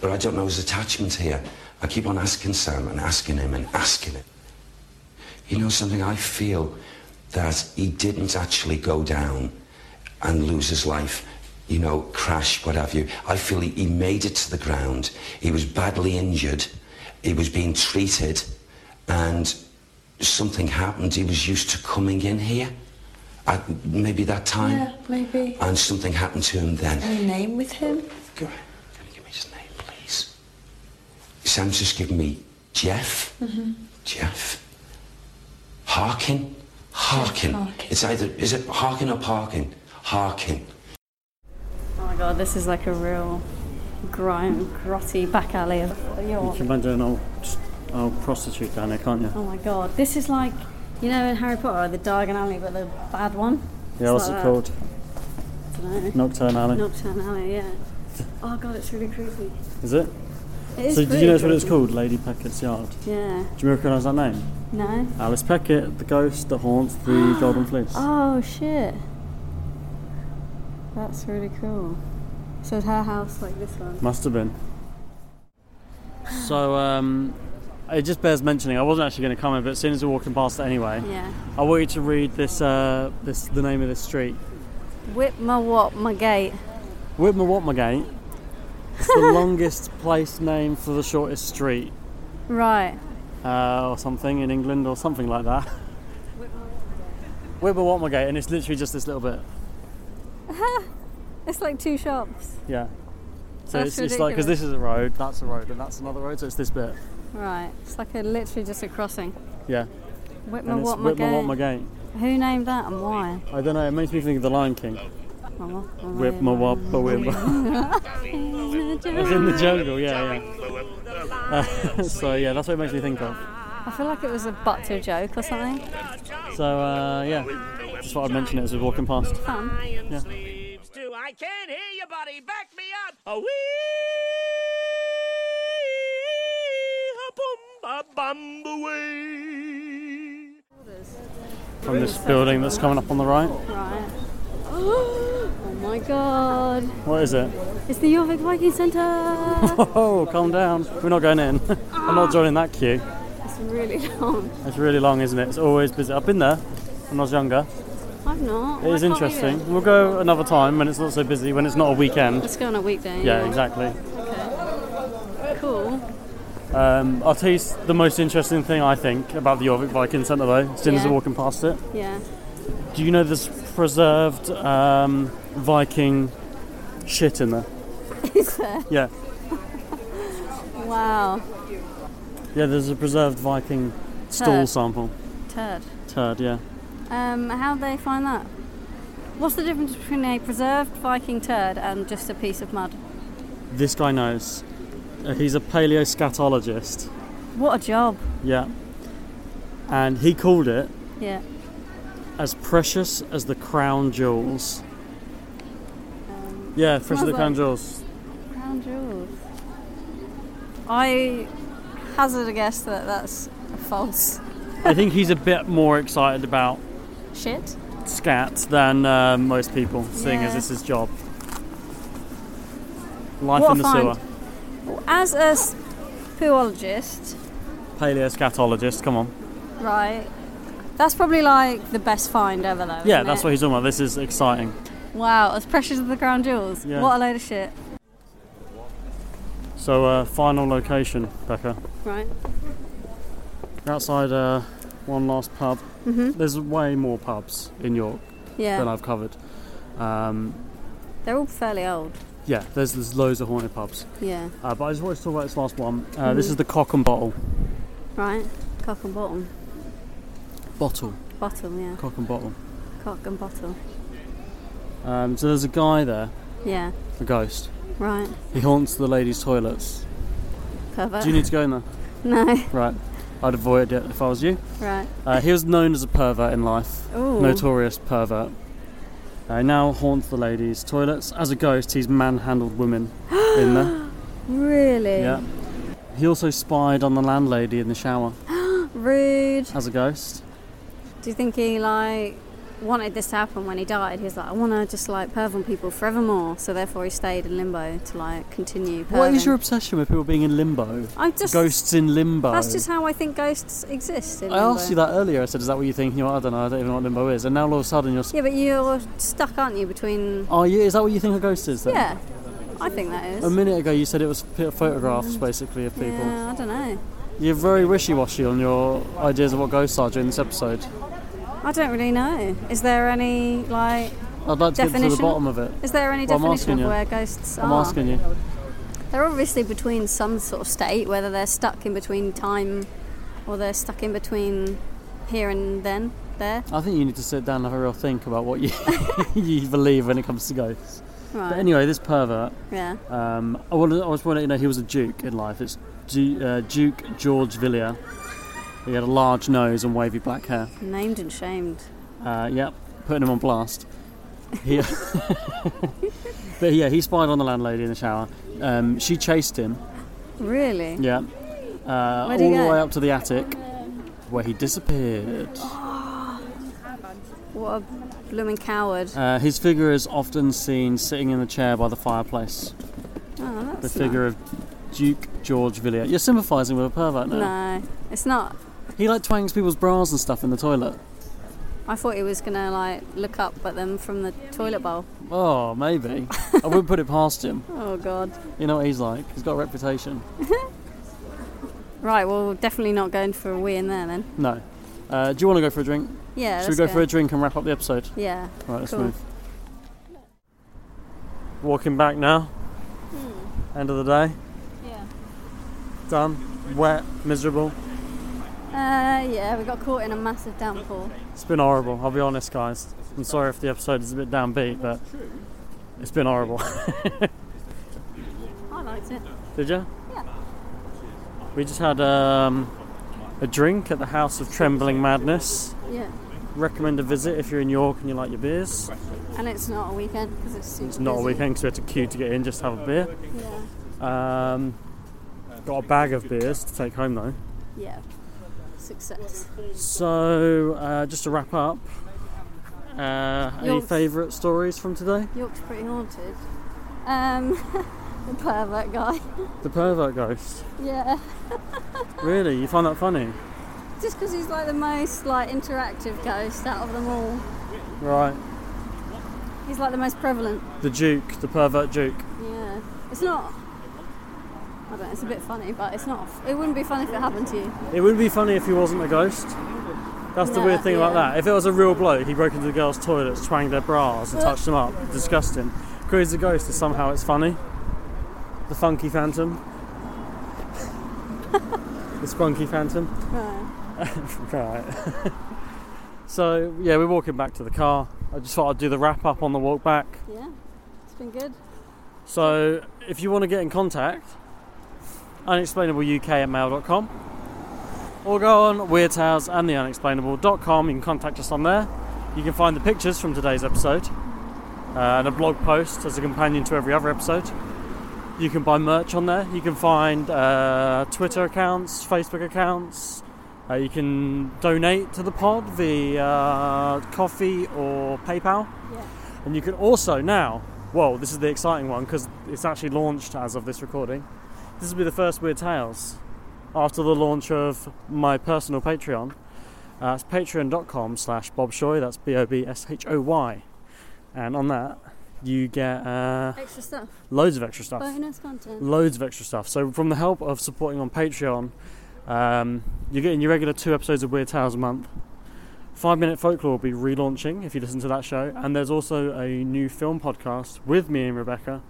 Speaker 7: but I don't know his attachment here. I keep on asking Sam and asking him and asking him. You know something? I feel that he didn't actually go down and lose his life. You know, crash, what have you. I feel he, he made it to the ground. He was badly injured. He was being treated, and something happened. He was used to coming in here. At maybe that time.
Speaker 8: Yeah, maybe.
Speaker 7: And something happened to him then.
Speaker 8: Any name with him?
Speaker 7: Go ahead. Can you give me his name, please? Sam's just given me Jeff. Jeff. Harkin. Harkin.
Speaker 8: Harkin.
Speaker 7: It's either is it Harkin or Parkin? Harkin.
Speaker 5: Oh my god, this is like a real grime, grotty back alley of.
Speaker 4: You can imagine an old, old prostitute down there, can't you?
Speaker 5: Oh my god, this is like you know in Harry Potter the Diagon Alley, but the bad one.
Speaker 4: yeah, what's it
Speaker 5: like that.
Speaker 4: called?
Speaker 5: I don't know.
Speaker 4: Nocturne Alley.
Speaker 5: Nocturne Alley, yeah. Oh god, it's really creepy.
Speaker 4: Is it?
Speaker 5: It is
Speaker 4: so did
Speaker 5: pretty
Speaker 4: you notice what it was
Speaker 5: creepy.
Speaker 4: called? Lady Packett's Yard.
Speaker 5: Yeah.
Speaker 4: Do you recognise that name?
Speaker 5: No.
Speaker 4: Alice Peckett, the ghost that haunts the Golden Fleece.
Speaker 5: Oh shit. That's really cool. So is her house like this one?
Speaker 4: Must have been. So, um, it just bears mentioning. I wasn't actually going to comment, but as soon as we're walking past it anyway,
Speaker 5: Yeah.
Speaker 4: I want you to read this. Uh, this the name of this street.
Speaker 5: Whip my what my gate.
Speaker 4: Whitmer Watmergate. It's the longest place name for the shortest street,
Speaker 5: Right.
Speaker 4: uh, or something in England, or something like that. Whitmer Watmergate, and it's literally just this little bit.
Speaker 5: It's like two shops.
Speaker 4: Yeah. So
Speaker 5: That's
Speaker 4: it's, it's like because
Speaker 5: ridiculous.
Speaker 4: this is a road, that's a road, and that's another road. So it's this bit.
Speaker 5: Right. It's like a literally just a crossing.
Speaker 4: Yeah.
Speaker 5: Whip my
Speaker 4: And it's
Speaker 5: what my
Speaker 4: Whitmer
Speaker 5: gate.
Speaker 4: Watmergate.
Speaker 5: Who named that and why?
Speaker 4: I don't know. It makes me think of the Lion King.
Speaker 5: My what- my
Speaker 4: Whip my wop a whip. It's in the jungle, yeah, yeah. Uh, so yeah, that's what it makes me think of.
Speaker 5: I feel like it was a butter joke or something.
Speaker 4: So uh, yeah, just thought I'd mention it as we we're walking past.
Speaker 5: Fun.
Speaker 4: Yeah.
Speaker 9: sleeves too. I can't hear you, buddy. Back me up. A wee.
Speaker 4: From this building that's coming up on the right.
Speaker 5: Right. Oh my god.
Speaker 4: What is it?
Speaker 5: It's the Jorvik Viking Centre.
Speaker 4: Oh, calm down. We're not going in. I'm not joining that queue.
Speaker 5: it's really long.
Speaker 4: It's really long, isn't it? It's always busy. I've been there when I was younger.
Speaker 5: I've not.
Speaker 4: It
Speaker 5: Why
Speaker 4: is
Speaker 5: can't we
Speaker 4: interesting.
Speaker 5: go?
Speaker 4: We'll go another time when it's not so busy, when it's not a weekend.
Speaker 5: Let's go on a weekday.
Speaker 4: Yeah, exactly.
Speaker 5: Okay. Cool.
Speaker 4: Um, I'll tell you s- the most interesting thing I think about the Jorvik Viking Centre though, as soon as
Speaker 5: Yeah.
Speaker 4: we're walking past it.
Speaker 5: Yeah.
Speaker 4: Do you know there's preserved um, Viking shit in there?
Speaker 5: Is there?
Speaker 4: Yeah,
Speaker 5: Wow.
Speaker 4: yeah. There's a preserved Viking stool
Speaker 5: Turd.
Speaker 4: sample.
Speaker 5: Turd.
Speaker 4: Turd. Yeah.
Speaker 5: Um, how'd they find that? What's the difference between a preserved Viking turd and just a piece of mud?
Speaker 4: This guy knows. Uh, he's a paleoscatologist.
Speaker 5: What a job.
Speaker 4: Yeah. And he called it
Speaker 5: Yeah.
Speaker 4: as precious as the crown jewels. yeah, precious as the
Speaker 5: smells
Speaker 4: crown
Speaker 5: Um, like-
Speaker 4: jewels.
Speaker 5: Crown jewels. I hazard a guess that that's false.
Speaker 4: I think he's a bit more excited about
Speaker 5: Shit.
Speaker 4: scat than uh, most people, seeing as
Speaker 5: Yeah.
Speaker 4: it's his job. Life in
Speaker 5: What a
Speaker 4: the
Speaker 5: find.
Speaker 4: sewer.
Speaker 5: As a s- Pooologist,
Speaker 4: Paleoscatologist, come on.
Speaker 5: right? That's probably like the best find ever, though.
Speaker 4: Yeah,
Speaker 5: isn't
Speaker 4: that's
Speaker 5: it?
Speaker 4: what he's talking about. This is exciting.
Speaker 5: Wow, as precious as the crown jewels.
Speaker 4: Yeah.
Speaker 5: What a load of shit.
Speaker 4: So, uh, final location, Becca.
Speaker 5: Right.
Speaker 4: We're outside uh, one last pub. There's way more pubs in York than
Speaker 5: Mm-hmm. Yeah.
Speaker 4: I've covered. Um,
Speaker 5: They're all fairly old.
Speaker 4: yeah, there's, there's loads of haunted pubs.
Speaker 5: Yeah.
Speaker 4: Uh, but I just wanted to talk about this last one. Uh,
Speaker 5: Mm-hmm.
Speaker 4: This is the Cock and Bottle.
Speaker 5: Right. Cock and bottom.
Speaker 4: Bottle.
Speaker 5: Bottom, yeah.
Speaker 4: Cock and Bottle.
Speaker 5: Cock and bottle.
Speaker 4: Um, so there's a guy there,
Speaker 5: Yeah.
Speaker 4: a ghost.
Speaker 5: Right.
Speaker 4: He haunts the ladies' toilets.
Speaker 5: Pervert.
Speaker 4: Do you need to go in there?
Speaker 5: no.
Speaker 4: Right. I'd avoid it if I was you.
Speaker 5: Right.
Speaker 4: Uh, he was known as a pervert in life,
Speaker 5: Ooh.
Speaker 4: notorious pervert. Uh, he now haunts the ladies' toilets. As a ghost, he's manhandled women in there.
Speaker 5: Really?
Speaker 4: Yeah. He also spied on the landlady in the shower
Speaker 5: Rude.
Speaker 4: as a ghost.
Speaker 5: Do you think he like wanted this to happen when he died? He was like, I want to just like perv on people forevermore. So therefore, he stayed in limbo to like continue. Perving.
Speaker 4: What is your obsession with people being in limbo?
Speaker 5: I just
Speaker 4: Ghosts in limbo.
Speaker 5: That's just how I think ghosts exist. In
Speaker 4: I asked
Speaker 5: limbo.
Speaker 4: you that earlier. I said, "Is that what you think?" And You're, I don't know. I don't even know what limbo is. And now all of a sudden you're.
Speaker 5: Yeah, but you're stuck, aren't you? Between
Speaker 4: Are you? Is that what you think a ghost is? Then?
Speaker 5: yeah, I think that is.
Speaker 4: A minute ago, you said it was p- photographs, basically, of people.
Speaker 5: yeah, I don't know.
Speaker 4: You're very wishy-washy on your ideas of what ghosts are during this episode.
Speaker 5: I don't really know. Is there any like?
Speaker 4: I'd like to get to the
Speaker 5: Definition? Ah.
Speaker 4: bottom of it.
Speaker 5: Is there any
Speaker 4: Well, I'm
Speaker 5: definition
Speaker 4: asking
Speaker 5: of
Speaker 4: you.
Speaker 5: where ghosts
Speaker 4: I'm
Speaker 5: are?
Speaker 4: asking you.
Speaker 5: They're obviously between some sort of state, whether they're stuck in between time or they're stuck in between here and then, there.
Speaker 4: I think you need to sit down and have a real think about what you you believe when it comes to ghosts. But
Speaker 5: Right.
Speaker 4: anyway, this pervert.
Speaker 5: yeah.
Speaker 4: Um, I wanted, I was wanting to know he was a duke in life. It's du- uh, Duke George Villiers. He had a large nose and wavy black hair.
Speaker 5: Named and shamed.
Speaker 4: Uh, yep, putting him on blast. He, but yeah, he spied on the landlady in the shower. Um, she chased him.
Speaker 5: Really?
Speaker 4: Yeah. Uh, all
Speaker 5: Where'd
Speaker 4: the
Speaker 5: he go?
Speaker 4: way up to the attic, where he disappeared.
Speaker 5: What a blooming coward.
Speaker 4: Uh, his figure is often seen sitting in the chair by the fireplace.
Speaker 5: Oh,
Speaker 4: The
Speaker 5: that's
Speaker 4: figure of Duke George Villiers. You're sympathising with a pervert now.
Speaker 5: Not, no, it's not.
Speaker 4: He like twangs people's bras and stuff in the toilet.
Speaker 5: I thought he was gonna like look up at them from the toilet bowl.
Speaker 4: Oh, maybe. I wouldn't put it past him.
Speaker 5: Oh god.
Speaker 4: You know what he's like. He's got a reputation.
Speaker 5: Right. Well, we're definitely not going for a wee in there then.
Speaker 4: No. Uh, do you want to go for a drink?
Speaker 5: Yeah.
Speaker 4: Should we
Speaker 5: let's
Speaker 4: go for a drink and wrap up the episode?
Speaker 5: Yeah.
Speaker 4: Right, let's
Speaker 5: Cool.
Speaker 4: move. Walking back now.
Speaker 5: Hmm.
Speaker 4: End of the day.
Speaker 5: Yeah.
Speaker 4: Done. Wet. Miserable.
Speaker 5: Uh, yeah. We got caught in a massive downpour.
Speaker 4: It's been horrible. I'll be honest, guys. I'm sorry if the episode is a bit downbeat, but it's been horrible.
Speaker 5: I liked it.
Speaker 4: Did you? Yeah. We just had um, a drink at the House of Trembling Madness.
Speaker 5: Yeah.
Speaker 4: Recommend a visit if you're in York and you like your beers.
Speaker 5: And it's not a weekend because it's super
Speaker 4: It's not a
Speaker 5: busy.
Speaker 4: weekend because we had to queue to get in just to have a beer.
Speaker 5: Yeah.
Speaker 4: Um, got a bag of beers to take home though.
Speaker 5: Yeah. Success.
Speaker 4: So, uh, just to wrap up, uh, any
Speaker 5: York's-
Speaker 4: favourite stories from today?
Speaker 5: York's pretty haunted. Um, the pervert guy.
Speaker 4: The pervert ghost.
Speaker 5: Yeah.
Speaker 4: Really? You find that funny?
Speaker 5: Just because he's like the most like interactive ghost out of them all.
Speaker 4: Right.
Speaker 5: He's like the most prevalent.
Speaker 4: The Duke, the pervert Duke.
Speaker 5: Yeah. It's not. I don't know, it's a bit funny, but it's not. It wouldn't be funny if it happened to you.
Speaker 4: It would be funny if he wasn't a ghost. That's the
Speaker 5: No,
Speaker 4: weird thing about
Speaker 5: yeah.
Speaker 4: that. If it was a real bloke, he broke into the girls' toilets, twanged their bras, and touched them up. Disgusting. Because he's a ghost, is somehow it's funny. The funky phantom. the spunky phantom.
Speaker 5: Right.
Speaker 4: Right. so, yeah, we're walking back to the car. I just thought I'd do the wrap up on the walk back.
Speaker 5: Yeah. It's been good.
Speaker 4: So, if you want to get in contact, unexplainableuk at mail.com or go on Weird Tales and the Unexplainable.com. You can contact us on there. You can find the pictures from today's episode uh, and a blog post as a companion to every other episode. You can buy merch on there. You can find uh, Twitter accounts, Facebook accounts. Uh, you can donate to the pod via uh, coffee or PayPal.
Speaker 5: Yeah.
Speaker 4: And you can also now, well, this is the exciting one because it's actually launched as of this recording. This will be the first Weird Tales after the launch of my personal Patreon. Uh, it's patreon.com slash bobshoy, that's B-O-B-S-H-O-Y. And on that, you get uh,
Speaker 5: Extra stuff.
Speaker 4: loads of extra stuff
Speaker 5: Bonus content.
Speaker 4: loads of extra stuff. So from the help of supporting on Patreon, um, you're getting your regular two episodes of Weird Tales a month. Five Minute Folklore will be relaunching if you listen to that show, and there's also a new film podcast with me and Rebecca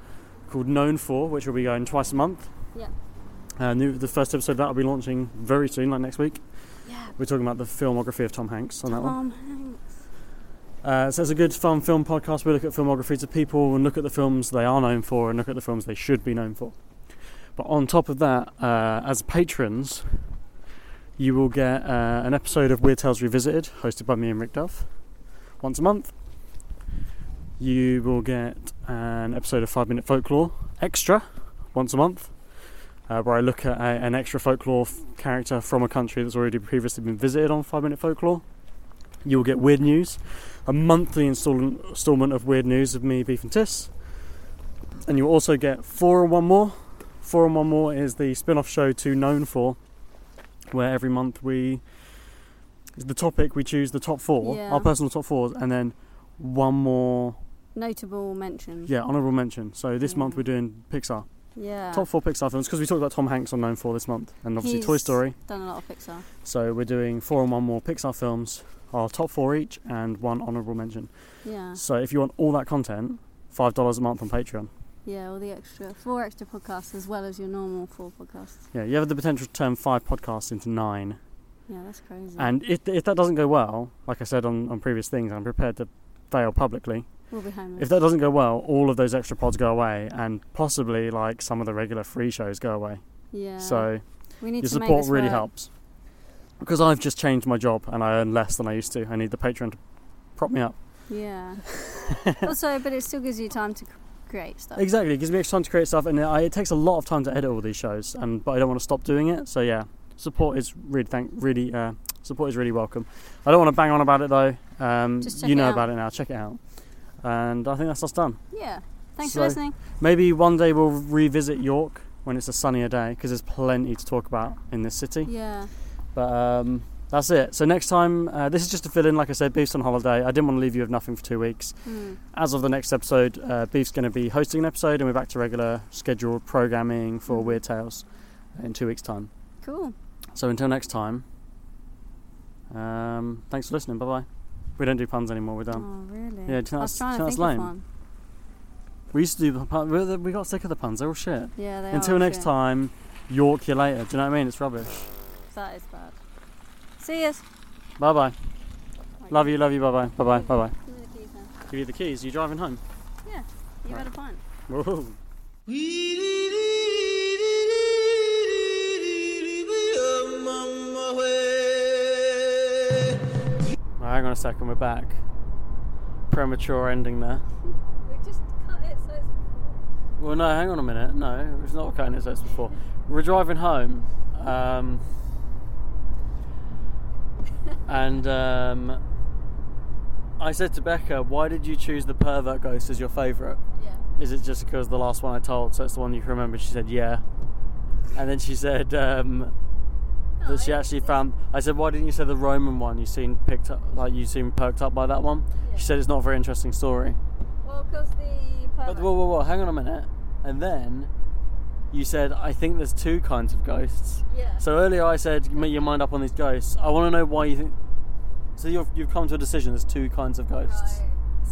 Speaker 4: called Known For, which will be going twice a month.
Speaker 5: Yeah.
Speaker 4: Uh, new, the first episode of that will be launching very soon, like next week.
Speaker 5: Yeah.
Speaker 4: We're talking about the filmography of Tom Hanks on that one.
Speaker 5: Tom Hanks.
Speaker 4: Uh, so it's a good fun film podcast. We look at filmographies of people and look at the films they are known for and look at the films they should be known for. But on top of that, uh, as patrons, you will get uh, an episode of Weird Tales Revisited, hosted by me and Rick Duff, once a month. You will get an episode of Five Minute Folklore extra, once a month, uh, where I look at a, an extra folklore f- character from a country that's already previously been visited on Five Minute Folklore. You will get weird news, a monthly install- installment of Weird News of me, Beef and Tiss. And you'll also get Four and One More. Four and One More is the spin off show to Known For, where every month we. The topic we choose the top four,
Speaker 5: Yeah.
Speaker 4: our personal top fours, and then one more,
Speaker 5: Notable mention.
Speaker 4: yeah, honourable mention. So this month we're doing Pixar.
Speaker 5: Yeah.
Speaker 4: Top four Pixar films, because we talked about Tom Hanks on Known For this month, and obviously Toy
Speaker 5: He's
Speaker 4: Story.
Speaker 5: Done a lot of Pixar.
Speaker 4: So we're doing four and one more Pixar films, our top four each, and one honourable mention.
Speaker 5: Yeah.
Speaker 4: So if you want all that content, five dollars a month on Patreon.
Speaker 5: Yeah, all the extra. Four extra podcasts as well as your normal four podcasts.
Speaker 4: Yeah, you have the potential to turn five podcasts into nine.
Speaker 5: Yeah, that's crazy.
Speaker 4: And if, if that doesn't go well, like I said on, on previous things, I'm prepared to fail publicly.
Speaker 5: we'll be homeless.
Speaker 4: If that doesn't go well, all of those extra pods go away, and possibly like some of the regular free shows go away.
Speaker 5: yeah.
Speaker 4: So
Speaker 5: we need
Speaker 4: your
Speaker 5: to make
Speaker 4: support
Speaker 5: this
Speaker 4: really
Speaker 5: work.
Speaker 4: helps. Because I've just changed my job and I earn less than I used to. I need the Patreon to prop me up.
Speaker 5: Yeah. also, but it still gives you time to c- create stuff.
Speaker 4: Exactly, it gives me extra time to create stuff, and it, I, it takes a lot of time to edit all these shows, and but I don't want to stop doing it. So yeah, support is really thank really uh, support is really welcome. I don't want to bang on about it though. Um,
Speaker 5: Just check
Speaker 4: you
Speaker 5: it
Speaker 4: know
Speaker 5: out.
Speaker 4: about it now. Check it out, and I think that's us done.
Speaker 5: Yeah. Thanks
Speaker 4: So-
Speaker 5: for listening.
Speaker 4: Maybe one day we'll revisit York when it's a sunnier day because there's plenty to talk about in this city.
Speaker 5: Yeah.
Speaker 4: But um, that's it. So next time, uh, this is just a fill in. Like I said, Beef's on holiday. I didn't want to leave you with nothing for two weeks.
Speaker 5: Hmm.
Speaker 4: As of the next episode, uh, Beef's going to be hosting an episode, and we're back to regular scheduled programming for
Speaker 5: Hmm.
Speaker 4: Weird Tales in two weeks' time.
Speaker 5: Cool.
Speaker 4: So until next time, um, thanks for listening. Bye bye. We don't do puns anymore. We're
Speaker 5: Oh,
Speaker 4: done.
Speaker 5: really?
Speaker 4: Um, yeah, do you think
Speaker 5: I
Speaker 4: that's-
Speaker 5: was trying
Speaker 4: do
Speaker 5: to
Speaker 4: you
Speaker 5: think
Speaker 4: think that's
Speaker 5: of
Speaker 4: lame?
Speaker 5: one.
Speaker 4: We used to do the puns. We we got sick of the puns. They're all shit.
Speaker 5: Yeah, they
Speaker 4: until
Speaker 5: are
Speaker 4: next
Speaker 5: shit.
Speaker 4: time, York you later. Do you know what I mean? It's rubbish.
Speaker 5: That is bad. See yous.
Speaker 4: Bye bye. Love you. Love you. Bye bye. Bye bye. Bye bye.
Speaker 5: Give me the keys now.
Speaker 4: Give you the keys. You driving home?
Speaker 5: Yeah, you had a point.
Speaker 4: Whoa. Well, hang on a second, we're back. Premature ending there.
Speaker 5: We just cut it so it's.
Speaker 4: Well, no, hang on a minute. No, it's not cutting it as before. We're driving home, um, and um, I said to Becca, "Why did you choose the pervert ghost as your favourite?
Speaker 5: Yeah.
Speaker 4: Is it just because the last one I told, so it's the one you can remember?" She said, "Yeah," and then she said um, that she actually found. I said, "Why didn't you say the Roman one? You seem picked up, like you seem perked up by that one." She said, "It's not a very interesting story."
Speaker 5: Well, because the.
Speaker 4: But whoa, whoa, whoa! Hang on a minute. And then you said, "I think there's two kinds of ghosts."
Speaker 5: Yeah.
Speaker 4: So earlier I said, "Make your mind up on these ghosts." I want to know why you think. So you've you've come to a decision. There's two kinds of ghosts.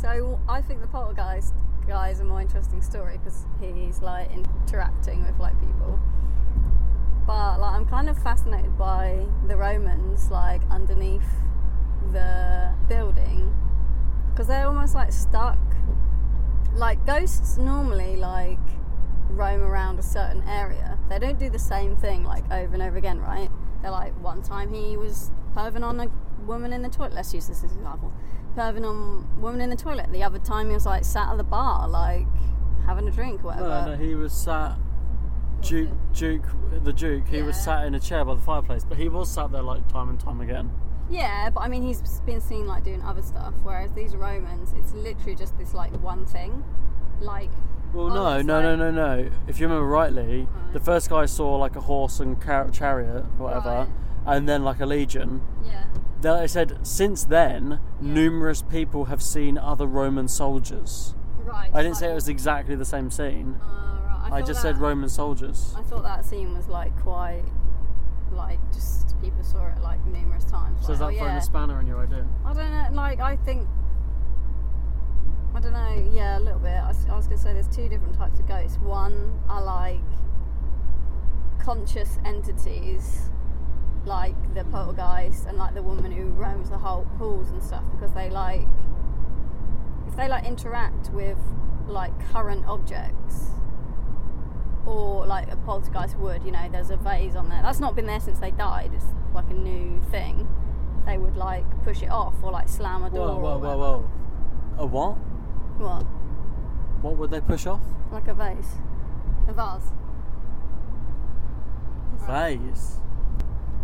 Speaker 5: So I think the poltergeist guy is a more interesting story because he's like interacting with like people. But like I'm kind of fascinated by the Romans like underneath the building because they're almost like stuck. Like ghosts normally like roam around a certain area. They don't do the same thing like over and over again, right? They're like one time he was perving on a woman in the toilet. Let's use this as an example. Perving on woman in the toilet. The other time he was like sat at the bar, like having a drink or whatever.
Speaker 4: No, no, uh, he was sat. Duke, Duke, the Duke. He was sat in a chair by the fireplace, but he was sat there like time and time again.
Speaker 5: Yeah, but I mean, he's been seen like doing other stuff, whereas these Romans, it's literally just this like one thing. Like,
Speaker 4: Well, no, no, no, no, no. If you remember rightly,
Speaker 5: Uh-huh.
Speaker 4: the first guy saw like a horse and car- chariot, or whatever, and then like a legion.
Speaker 5: Yeah.
Speaker 4: Then They said since then, numerous people have seen other Roman soldiers.
Speaker 5: Right. uh, Oh,
Speaker 4: I didn't say it was exactly the same scene. I, just said Roman soldiers.
Speaker 5: I thought that scene was like quite, like just people saw it like numerous times.
Speaker 4: So is that
Speaker 5: like, oh,
Speaker 4: throwing
Speaker 5: yeah.
Speaker 4: a spanner in your idea?
Speaker 5: I don't know. Like I think. I don't know. Yeah, a little bit. I, was- I was gonna say there's two different types of ghosts. One are like conscious entities, like the poltergeist and like the woman who roams the whole pools and stuff, because they like if they like interact with like current objects or like a poltergeist would. You know, there's a vase on there. That's not been there since they died. It's like a new thing. They would like push it off or like slam a door.
Speaker 4: Whoa,
Speaker 5: or
Speaker 4: whoa, whoa,
Speaker 5: whatever.
Speaker 4: whoa! A what?
Speaker 5: What?
Speaker 4: What would they push off?
Speaker 5: Like a vase. A vase.
Speaker 4: Vase.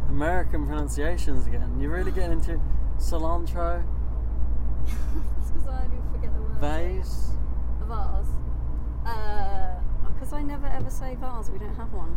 Speaker 4: American pronunciations again. You're really getting into cilantro,
Speaker 5: That's because I do forget the word.
Speaker 4: vase.
Speaker 5: A vase. Because I never ever say vase, we don't have one.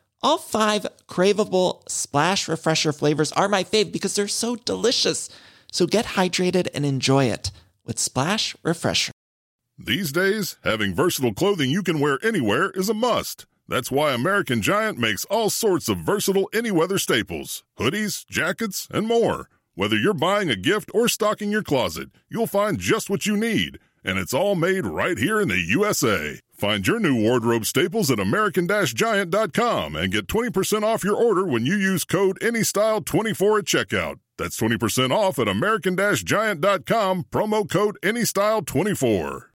Speaker 10: All five craveable splash refresher flavors are my fave because they're so delicious. So get hydrated and enjoy it with Splash Refresher.
Speaker 11: These days, having versatile clothing you can wear anywhere is a must. That's why American Giant makes all sorts of versatile any weather staples hoodies, jackets, and more. Whether you're buying a gift or stocking your closet, you'll find just what you need. And it's all made right here in the USA. Find your new wardrobe staples at American Giant.com and get 20% off your order when you use code ANYSTYLE24 at checkout. That's 20% off at American Giant.com, promo code ANYSTYLE24.